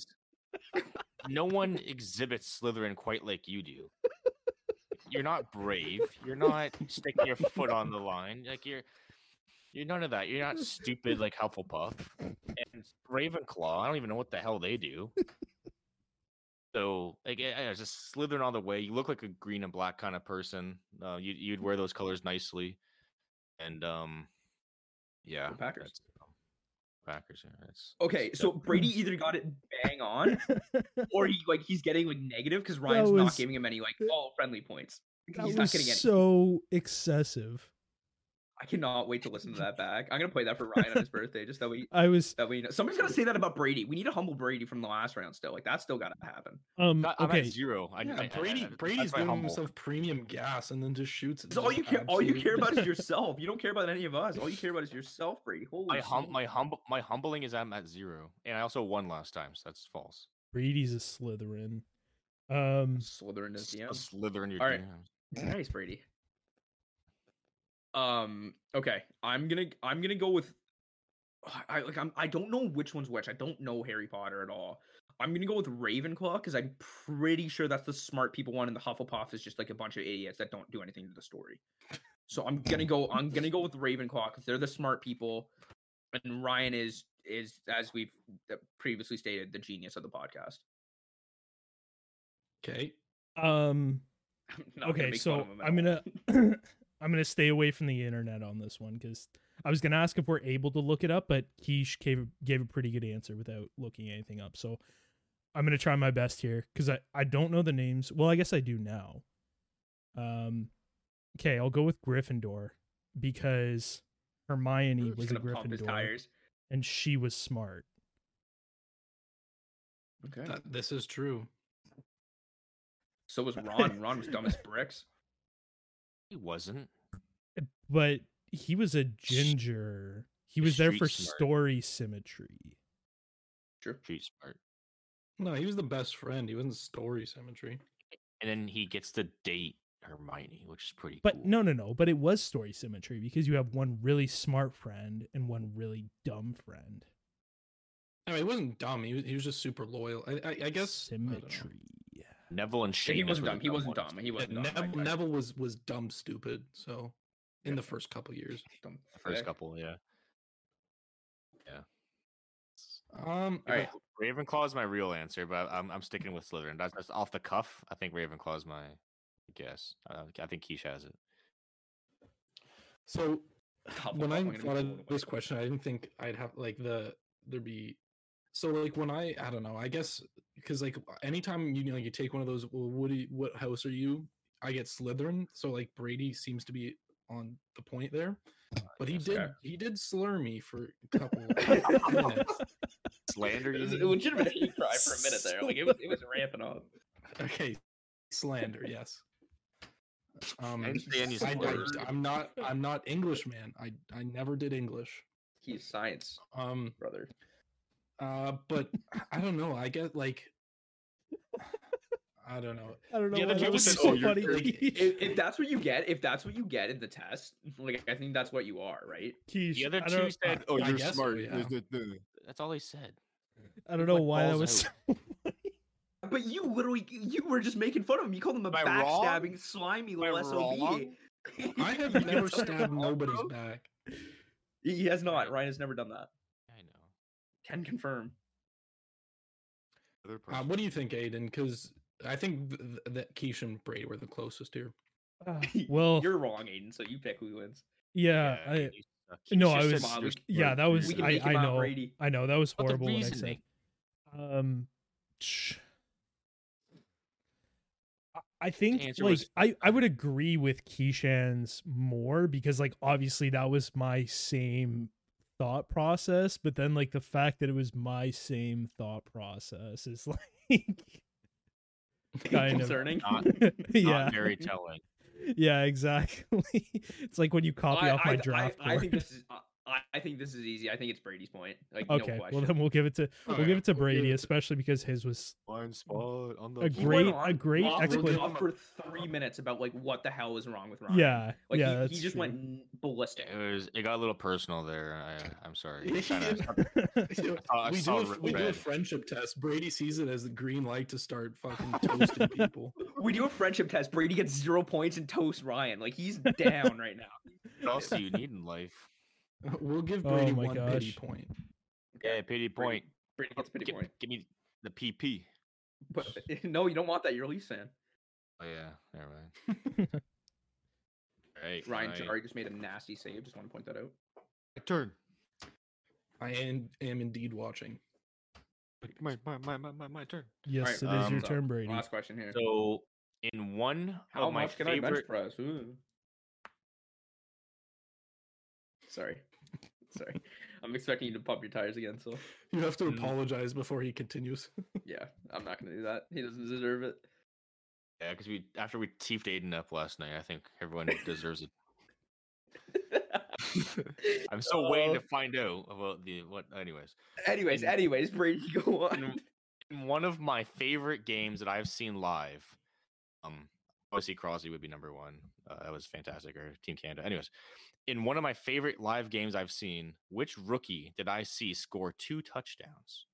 no one exhibits Slytherin quite like you do. You're not brave. You're not sticking your foot on the line. Like you're, you're none of that. You're not stupid like Hufflepuff and Ravenclaw. I don't even know what the hell they do. So like, yeah, yeah, just Slytherin all the way. You look like a green and black kind of person. Uh, you, you'd wear those colors nicely, and um, yeah,
Packers.
that's- um, Packers. Yeah, that's
Okay,
that's
so Brady either got it bang on, or he like he's getting like negative because Ryan's
was-
not giving him any like all friendly points.
That
he's not
was
getting any.
so excessive.
I cannot wait to listen to that back. I'm gonna play that for Ryan on his birthday, just that way.
I was
That way, you know. Somebody's gotta say that about Brady. We need to humble Brady from the last round. Still, like that's still gotta happen.
um
I- I'm
okay.
at zero. I,
yeah,
I- I-
Brady
I- that's
Brady's
my
giving
humble.
himself premium gas and then just shoots.
Because all
just
you care, all you
absolute-
care about is yourself. You don't care about any of us. All you care about is yourself, Brady. Holy
My hum,
shit.
my humble, my humbling is I'm at zero, and I also won last time, so that's false.
Brady's a Slytherin. Um,
Slytherin is
S-
the
A slither in your
All right.
DMs.
Nice, Brady. Um. Okay. I'm gonna. I'm gonna go with. I like. I'm. I don't know which one's which. I don't know Harry Potter at all. I'm gonna go with Ravenclaw because I'm pretty sure that's the smart people one, and the Hufflepuff is just like a bunch of idiots that don't do anything to the story. So I'm gonna go. I'm gonna go with Ravenclaw because they're the smart people, and Ryan is is as we've uh, previously stated the genius of the podcast.
Okay.
Um.
I'm not gonna
okay,
make fun
so
of him at
I'm
all.
gonna I'm gonna stay away from the internet on this one because I was gonna ask if we're able to look it up, but Keish gave gave a pretty good answer without looking anything up. So I'm gonna try my best here because I I don't know the names. Well, I guess I do now. Um, okay, I'll go with Gryffindor because Hermione
Just
was a
gonna pump his
Gryffindor
tires.
and she was smart.
Okay.
That, this is true.
So was Ron. Ron was dumb as bricks.
He wasn't.
but he was a ginger. He was there
street
for
smart.
story symmetry.
Sure.
Street smart.
No, he was the best friend. He wasn't story symmetry.
And then he gets to date Hermione, which is pretty
But
cool.
no, no, no. But it was story symmetry because you have one really smart friend and one really dumb friend.
I mean, he wasn't dumb. He was, he was just super loyal. I, I, I guess I don't know.
symmetry.
Neville and
Yeah,
Shane.
he
that's
wasn't
where the
dumb. He wasn't
ones.
dumb. He
Yeah,
wasn't dumb.
Neville,
Like, I-
Neville was was dumb stupid. So in the first couple years,
dumb
The first
thick.
couple, yeah.
um,
All right.
Ravenclaw is my real answer, but I'm I'm sticking with Slytherin. That's, that's off the cuff. I think Ravenclaw is my guess. I, I think Keish has it.
So
Hufflepuff,
when I
I'm gonna be
thought of
blown away.
this question, I didn't think I'd have like the there'd be so like when I I don't know I guess because like anytime you know you take one of those well what do you, what house are you I get Slytherin so like Brady seems to be on the point there but he
guess,
did
Uh, yeah.
he did slur me for a couple minutes.
Slander
It
you.
was
mean?
a legitimate hate cry for a minute there. Like it was, it was ramping up.
okay slander yes um
I understand you
I,
slurred.
am not I'm not English man I I never did English
He's science,
um
brother.
Uh, but I- I don't know. I guess like I don't know.
I don't know.
Yeah, the
why that
dude
was
said,
so
"Oh, you're
funny.
If, if that's what you get, if that's what you get in the test, like I think that's what you are, right?
Keish,
The other
I don't,
two said, "Oh,
I
you're
guess so,
smart."
yeah.
That's all they said.
I don't know
like,
why that
balls
was. So
But you literally, you were just making fun of him. You called him a
Am I wrong?
backstabbing, slimy
I
little sob.
wrong?
I have
You
never
guys are
stabbed
wrong,
nobody's
bro.
back.
He has not. Ryan has never done that.
I know.
Can confirm.
Other
Uh,
person.
what do you think, Aiden? Because I think th- th- that Keish and Brady were the closest here.
Ah, well,
You're wrong, Aiden. So you pick who wins.
yeah,
Yeah,
Uh, I,
and you suck.
no,
Keish
I
just
was-
said
Come on,
you're
we-
smart,
yeah, that
you're
was.
We can
dumb.
I,
make him
I
out,
know.
Brady.
I know that was
But the
horrible when I said.
reasoning.
Um, sh- I- I think
answer
like
was-
I I would agree with Keyshan's more because like obviously that was my same thought process, but then like the fact that it was my same thought process is like kind of
Concerning.
Not-
yeah
Not very telling.
yeah exactly. It's like when you copy
I,
off my
I,
draft
I, I think
board.
this is. I- I, I think this is easy. I think it's Brady's point. Like no
Okay,
question.
well then we'll give it to
All
we'll give
right,
it to
we'll give
Brady,
it to-
especially because his was
Blind spot on the
a
He went
great a
on
great
off-
explanation.
off for three minutes about like what the hell is wrong with Ryan.
Yeah,
like
yeah,
he,
that's
he just
true.
went n- ballistic.
It was. It got a little personal there. I, uh, I'm sorry. I kinda-
So
saw- I
we do
saw
a,
r-
f- we do a
red.
friendship test. Brady sees it as the green light to start fucking toasting people.
We do a friendship test. Brady gets zero points and toast Ryan. Like he's down right now.
What else do you need in life?
We'll give
Oh
Brady
my
one pity
gosh.
point.
Yeah, pity point.
Brady gets pity
Gi-
point.
Give me the PP.
But no, you don't want that. You're a Leafs fan.
Oh yeah, never mind. All right,
Ryan
my
Jari just made a nasty save. Just want to point that out.
turn.
I am, am indeed watching.
My my my my my, my turn.
yes,
All
it
right,
is your
um,
turn, Brady.
Last question here.
So in one
How
of my
much can I bench
favorite,
press? Ooh. Sorry, sorry. I'm expecting you to pump your tires again. So
You have to
Hmm.
Mm.
apologize before he continues.
yeah, I'm not gonna do that. He doesn't deserve it.
yeah, because we after we teefed Aiden up last night, I think everyone deserves it. I'm still waiting to
Oh.
find out about the what. Anyways,
Anyways,
And-
anyways, Brady, go on.
in, in one of my favorite games that I've seen live, um, obviously Crosby would be number one. Uh, that was fantastic. Or Team Canada. Anyways, in one of my favorite live games I've seen, which rookie did I see score two touchdowns?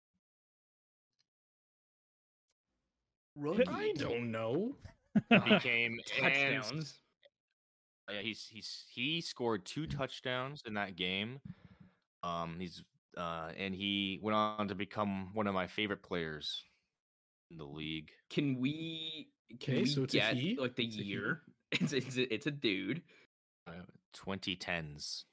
I don't know.
Became hands
touchdowns.
Yeah, he's he's he scored two touchdowns in that game. Um, he's uh, and he went on to become one of my favorite players in the league.
Can we can
Okay,
we
so it's a
get
he?
like the
It's a he?
year? It's it's a, it's a dude.
Uh, Twenty tens.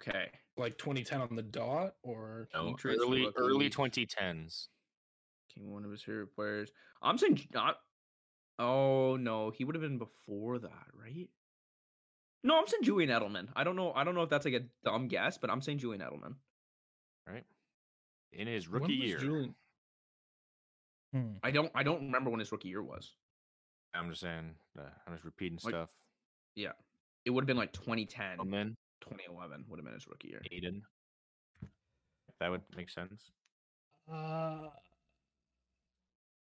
Okay.
Like 2010 on the dot, or
No,
Future is
early early
lucky.
twenty tens.
Came one of his favorite players. I'm saying J- not. Oh no, he would have been before that, right? No, I'm saying Julian Edelman. I don't know. I don't know if that's like a dumb guess, but I'm saying Julian Edelman.
In his
When
rookie
was
year,
Julian-
Hmm.
I don't. I don't remember when his rookie year was.
I'm just saying, uh, I'm just repeating
Like,
stuff.
It would have been like
Oh,
2010,
Edelman,
2011 would have been his rookie year.
Aiden. That would make sense.
Uh,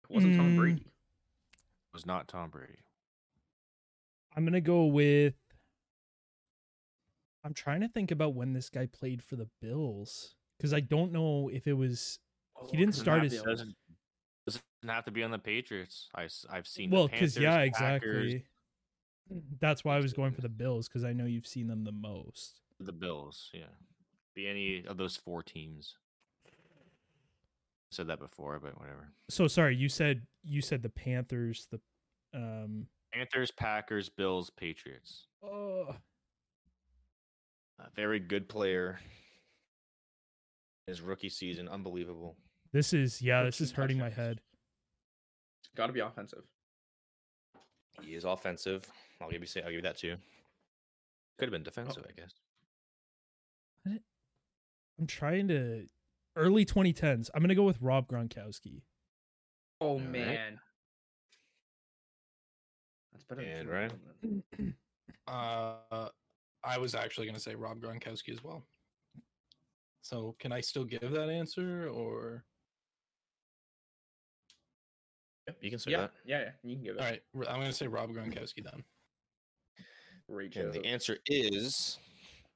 It wasn't Tom
Mm.
Brady.
It was not Tom Brady.
I'm gonna go with. I'm trying to think about when this guy played for the Bills because I don't know if it was He didn't
Oh,
start
Matt
his-
Bill.
Doesn't, doesn't have to be on the Patriots. I, have seen
well
the
because
Panthers,
yeah
Packers,
exactly. That's why I was going for the Bills because I know you've seen them the most.
the Bills. Yeah, be any of those four teams. Said that before, but whatever.
So sorry, you said you said the Panthers, the um.
Panthers, Packers, Bills, Patriots.
Oh,
A very good player. His rookie season, unbelievable.
this is yeah, this
13
is hurting my
touchdowns.
head.
It's got to be offensive.
He is offensive. I'll give you say I'll give you that too. Could have been defensive, I guess.
I'm trying to early 2010s. I'm gonna go with Rob Gronkowski.
Oh
right.
man, that's better.
Yeah,
Julian
right?
Edelman.
Uh, I was actually going to say Rob Gronkowski as well. So can I still give that answer, or
Yep, you can say
Yeah,
that.
yeah, yeah. You can give it.
all right? r- I'm going to say Rob Gronkowski then.
Reach
And
out.
the answer is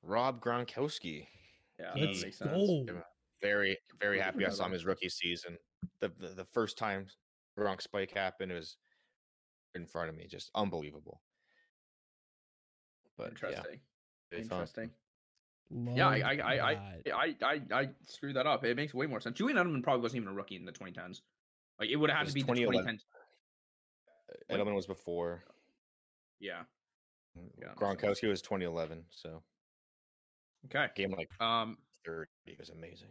Rob Gronkowski.
Yeah, that
Let's
makes sense.
go.
Very, very happy I saw
Another-
him his rookie season. The the, the first time Gronk spike happened, it was in front of me, just unbelievable. But yeah,
Interesting.
they found-
Interesting. Yeah, I, I, I, I, yeah, I, I, I screwed that up. It makes way more sense. Julian Edelman probably wasn't even a rookie in the 2010s. Like it would have had to
was
be the
2011.
2010s. Like-
Edelman was before.
Yeah. Yeah, makes sense.
Gronkowski was 2011, so
Okay.
game like
Um,
30 It was amazing.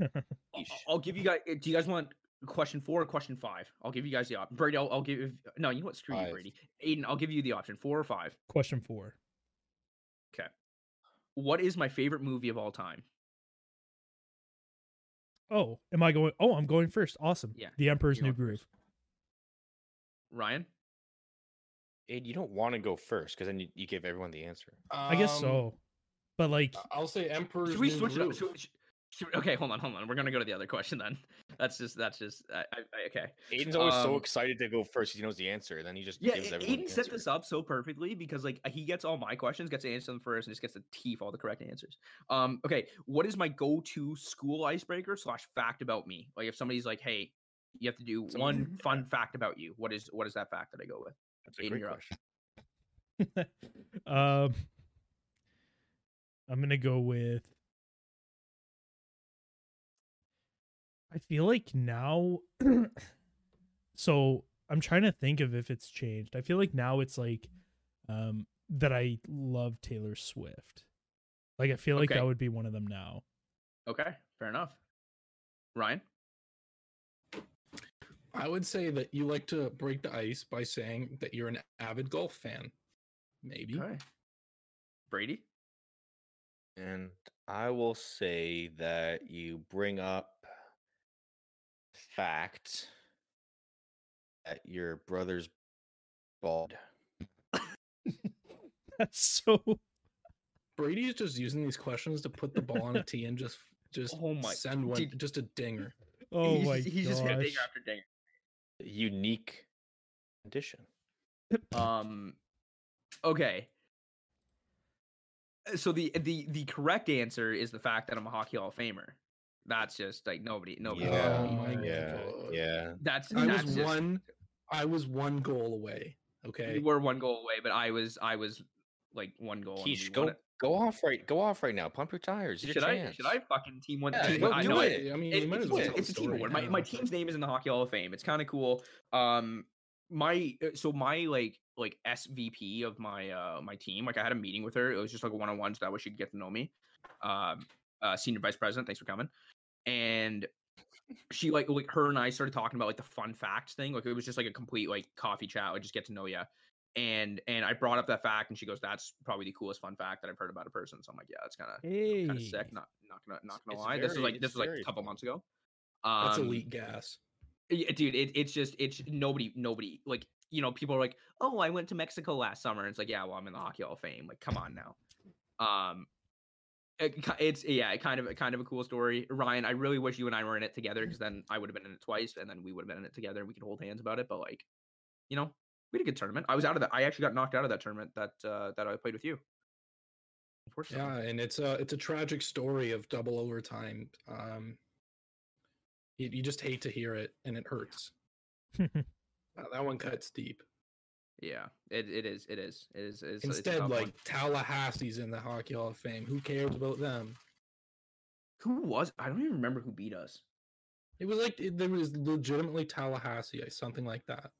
I'll-
Yeesh.
I'll give you guys. Do you guys want question four or question five? I'll give you guys the option. Brady, I'll, I'll give. No, you know what? Screw
Five.
you, Brady. Aiden, I'll give you the option four or five.
Question four.
What is my favorite movie of all time?
Oh, am I going? Oh, I'm going first. Awesome.
Yeah,
The Emperor's
you're
New
going
Groove.
first. Ryan.
Aid, you don't want to go first because then you, you give everyone the answer.
I guess
Um,
so. But like,
I- Um, I'll say Emperor's
Should we
New
switch it up?
Groove.
Should, we- should, should- okay, hold on, hold on. We're gonna go to the other question then. That's just. That's just. I, I, I- okay.
Aiden's always so
Um,
excited to go first. 'cause He knows the answer, and then he just
Yeah,
gives
A-
everyone.
Aiden
the
set
answer.
this up so perfectly because like he gets all my questions, gets to answer them first, and just gets to teeth all the correct answers. Um, okay, what is my go-to school icebreaker slash fact about me? Like if somebody's like, "Hey, you have to do
Some-
one fun fact about you," what is what is that fact that I go with?
That's a
Aiden,
great
you're up.
question.
um, I'm gonna go with. I feel like now, so I'm trying to think of if it's changed. I feel like now it's like, um, that I love Taylor Swift. Like I feel like
Okay.
that would be one of them now.
Okay, fair enough. Ryan,
I would say that you like to break the ice by saying that you're an avid golf fan. Maybe.
okay. Brady,
And I will say that you bring up fact that your brother's bald.
That's so.
Brady is just using these questions to put the ball on a tee and just just
Oh my-
send one
did-
just a dinger.
Oh
he's,
my
just- he's just hit
gosh.
dinger after dinger.
Unique edition.
Um, okay. Uh, So the the the correct answer is the fact that I'm a hockey Hall of Famer. That's just like nobody nobody.
Yeah,
knows.
oh my
yeah,
god.
Yeah.
That's
I
that's
was
just,
one I was one goal away.
We
Okay.
were one goal away, but I was I was like one goal. and
Keish,
we
go
won it.
go off right go off right now. Pump your tires. Your
Should I
chance.
should I fucking team one?
Yeah,
team
go
one? I
do
know
it.
I mean,
It-
you might
it's,
as well
a-
tell
it's
the
a team
story,
award. My,
yeah.
my team's name is in the Hockey Hall of Fame. It's kind of cool. Um, my uh, so my like like SVP of my uh my team. Like I had a meeting with her. It was just like a one on one, so that way she could get to know me. Um, uh, senior vice president. Thanks for coming. And she like like her and I started talking about like the fun facts thing. Like it was just like a complete like coffee chat. Like just get to know you. And and I brought up that fact, and she goes, "That's probably the coolest fun fact that I've heard about a person." So I'm like, "Yeah, it's kind of
Hey.
kind of sick. Not not gonna not
It's-
gonna
it's
lie. this was
very-
like this
it's
was like
very
a couple
fun.
months ago.
That's
Um,
elite gas.
yeah, dude, it, it's just it's nobody nobody like you know people are like, oh, I went to Mexico last summer. And it's like, yeah, well, I'm in the Hockey Hall of Fame. Like, come on now. Um, it ki- it's yeah, it kind of kind of a cool story, Ryan. I really wish you and I were in it together because then I would have been in it twice, and then we would have been in it together, and we could hold hands about it. But like, you know, we had a good tournament. I was out of that. I actually got knocked out of that tournament that uh, that I played with you. Unfortunately.
Yeah, and it's a it's a tragic story of double overtime. Um, you, you just hate to hear it, and it hurts. Uh, that one cuts deep.
Yeah, it, it is. It is. It is. It's, it's a
Instead,
tough one.
like Tallahassee's in the Hockey Hall of Fame. Who cares about them?
who was? I don't even remember who beat us.
It was like it, there was legitimately Tallahassee, like, something like that.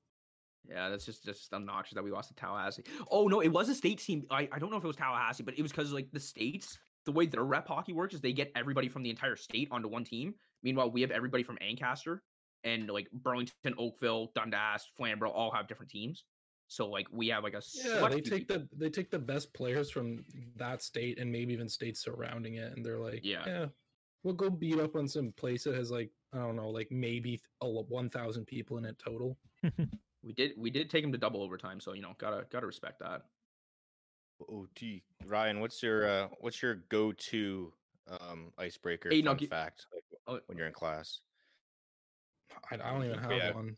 Yeah, that's just just obnoxious that we lost to Tallahassee. Oh no, it was a state team. I, I don't know if it was Tallahassee, but it was because like the states, the way their rep hockey works is they get everybody from the entire state onto one team. Meanwhile, we have everybody from Ancaster and like Burlington, Oakville, Dundas, Flamborough all have different teams. So like we have like a
Yeah,
select
they
few
take
people-
the they take the best players from that state and maybe even states surrounding it, and they're like,
Yeah.
we'll go beat up on some place that has like I don't know, like maybe one thousand people in it total.
we did we did take them to double overtime. So you know gotta gotta respect that.
OT. Oh, Ryan, what's your uh, what's your go to um icebreaker
Hey,
fun
Nugget.
fact like,
Oh,
when you're in class?
I, I don't even have
Yeah.
one.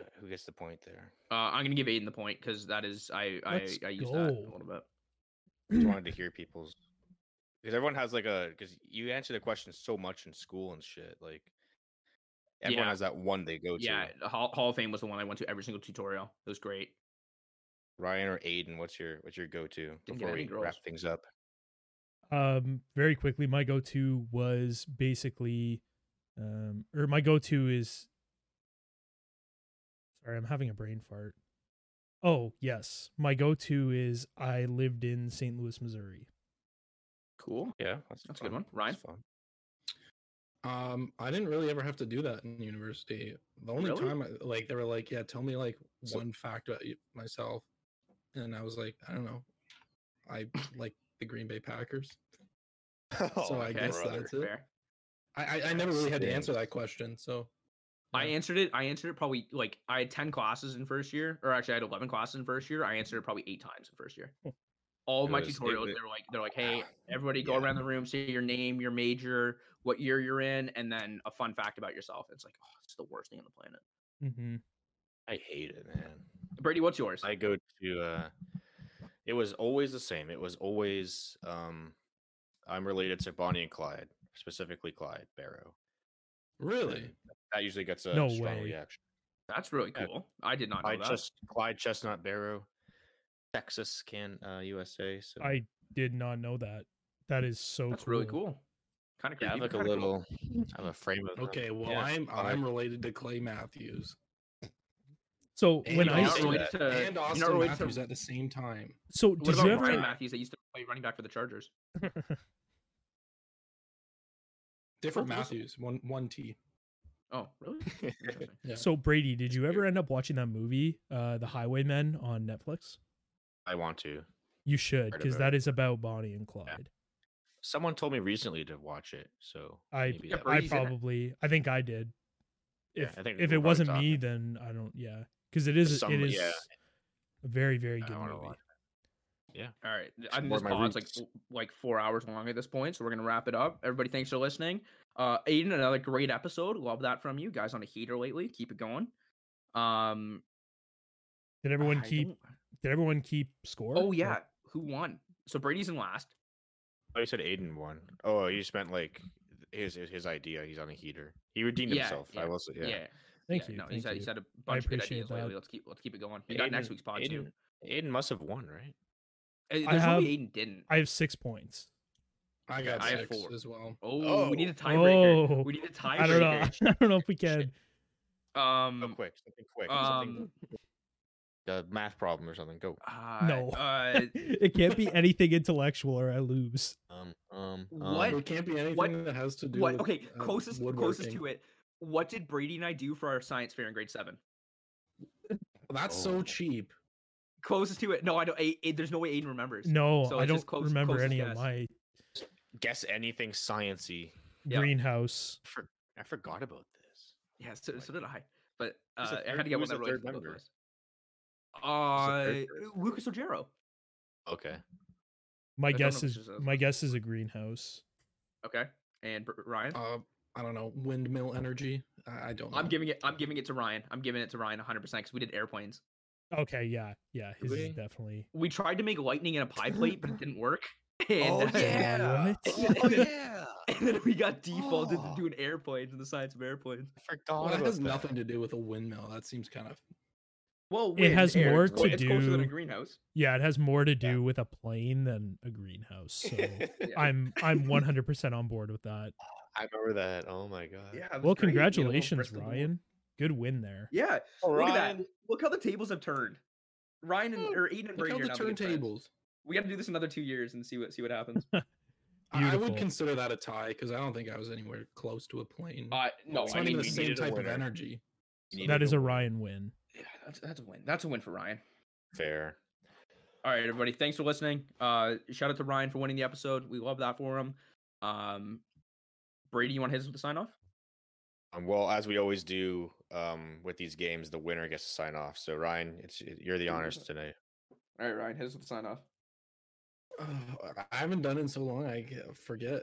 uh, Who gets the point there?
uh, I'm gonna give Aiden the point because that is I I,
Let's
I use that a
go.
little bit.
Just wanted to hear people's because everyone has like a because you answer the question so much in school and shit. Like everyone
Yeah.
has that one they go to.
Yeah, the Hall, Hall of Fame was the one I went to every single tutorial. It was great.
Ryan or Aiden, what's your what's your go to
get
before
any
we
girls.
wrap things up?
um very quickly my go-to was basically um or my go-to is sorry i'm having a brain fart oh yes my go-to is i lived in st louis missouri
Cool.
Yeah,
That's a good
fun.
one. Ryan?
That's fun.
Um, I didn't really ever have to do that in university. The only
Really?
time, I, like, they were like, "Yeah, tell me like
So-
one fact about y- myself," and I was like, "I don't know. I like the Green Bay Packers."
Oh
so I
okay,
guess
brother,
that's it.
fair.
I, I I never really had to answer that
Stinks.
question. So
I answered it. I answered it probably like I had ten classes in first year, or actually I had eleven classes in first year. I answered it probably eight times in first year.
Hmm.
All of
It
my
was- it
tutorials,
wa-
they're like, they're like, hey, everybody, go
Yeah.
around the room, say your name, your major, what year you're in, and then a fun fact about yourself. It's like, oh, it's the worst thing on the planet.
mm-hmm.
I hate it, man.
Brady, what's yours?
I go to uh it was always the same. It was always um I'm related to Bonnie and Clyde, specifically Clyde Barrow.
really,
That usually gets a
No
strong
way.
reaction.
that's really
Yeah.
cool. I did not know
Clyde
that.
Chest Clyde Chestnut Barrow, Texas, can uh USA. So
i did not know that that is so
that's really cool. Kind of
yeah,
creepy.
I have
but
like a
kinda cool.
little I have a frame of uh, them.
okay. Well,
Yeah.
I'm
I-
I'm related to Clay Matthews
so
And
when
You're
i
not
say
say,
Austin-
related to-
and
you're not
Austin
related to-
Matthews at the same time.
so
What
did
about
you ever
Ryan Matthews that used to play running back for the Chargers?
Different
Both of us-
Matthews, one one T.
Oh, really? Interesting.
Yeah.
so brady did you ever end up watching that movie uh the highwaymen on netflix
I want to.
you
Heard
should because
about
that is about bonnie and clyde
Someone told me recently to watch it, so
I-
maybe
Yeah, Brady-
that
I
Brady's in it.
probably, I think I did.
Yeah,
If
I think
if
we're
it
probably
wasn't me,
talking.
then I don't. Yeah, because it is
Some-
it is
yeah.
a very very
I
good
wanna
movie.
watch
All right. th- I mean,
more
this
of my
pod's like
roots.
w- like four hours long at this point, so we're gonna wrap it up. Everybody, thanks for listening. Uh, Aiden, another great episode. Love that from you guys on a heater lately. Keep it going. Um,
Did everyone
I
keep?
don't-
Did everyone keep score?
Oh
Or-
yeah, who won? So Brady's in last.
Oh, you said Aiden won. Oh, you just meant like his his- his idea. He's on a heater. He redeemed
Yeah,
himself. I
yeah,
will say, yeah.
Thank
yeah,
you.
No,
thank
he's had,
you.
he's had a bunch of good
appreciate
ideas lately.
that.
Let's keep let's keep it going. You got next week's pod too.
Aiden must have won, right?
Uh,
I
There's no way
have-
Aiden didn't.
I have six points.
I got
I have
six
four.
as well.
Oh,
Oh.
we need a tiebreaker.
Oh.
we need a tiebreaker.
I don't know. I don't know if we can.
Um,
Go
Mm.
quick, something quick.
um,
something, the math problem or something. Go.
uh,
No.
Uh,
it can't be anything intellectual, or I lose.
Um, um,
What?
it can't be anything
what-
that has to do
what?
with
Okay,
uh,
closest closest
woodworking.
to it. What did Brady and I do for our science fair in grade seven?
Well, that's
Oh.
so cheap.
Closest to it. No, I don't. A, A- there's no way Aiden remembers.
No,
So
I
it's
don't
just close-
remember
closest
any of
guess.
my
Guess anything sciency.
Yeah.
greenhouse.
For, I forgot about this.
Yeah, so, so did I. But
Who's the
uh, I
third-
had to get
who
one
was
that
the
really
third member?
Uh,
third person?
Lucas Ojero.
Okay.
My
don't
guess
know if
is
this is a-
my guess is a greenhouse.
Okay, and Br- Ryan.
Uh, I don't know windmill energy. I, I don't. Know.
I'm giving it. I'm giving it to Ryan. I'm giving it to Ryan 100 percent because we did airplanes.
Okay, yeah, yeah, his
Really?
is definitely.
We tried to make lightning in a pie plate, but it didn't work.
Oh,
And,
What?
Oh,
and then- and then we got defaulted
Oh.
to doing airplanes in the science of airplanes.
I forgot.
Well, that
about
has
that.
nothing to do with a windmill. That seems kind of.
Well,
It has
air,
more
it's clo-
to
it's closer than a
do-
greenhouse.
Yeah, it has more to do
Yeah.
with a plane than a greenhouse. So
Yeah.
I'm I'm 100% on board with that.
I remember that. Oh my god.
Yeah, it was great, you
Well,
know, little
congratulations,
Bristol-
Ryan. Good win there.
Yeah,
Oh,
look at
Ryan,
that. Look how the tables have turned. Ryan and or Aiden and
Look
Brady
how
are
the
now good friends.
turntables.
We got to do this another two years and see what see what happens.
I I would
Beautiful.
consider that a tie because I don't think I was anywhere close to a plane.
Uh, no,
it's
I
not
mean
even the
we
same
needed a
type of
winner.
energy.
you
So-
needed
That
to
is a
win.
Ryan win.
Yeah, that's, that's a win. That's a win for Ryan.
Fair.
All right, everybody. Thanks for listening. Uh, shout out to Ryan for winning the episode. We love that for him. Um, Brady, you want to hit us with the sign off?
Um, well, as we always do um, with these games, the winner gets to sign off. So Ryan, it's you're the honors today.
All right, Ryan, hit us with the sign off.
Oh, I haven't done it in so long. I g- forget.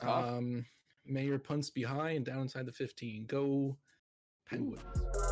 Tough.
Um, may your punts be high and down inside the fifteen. Go, Penguins.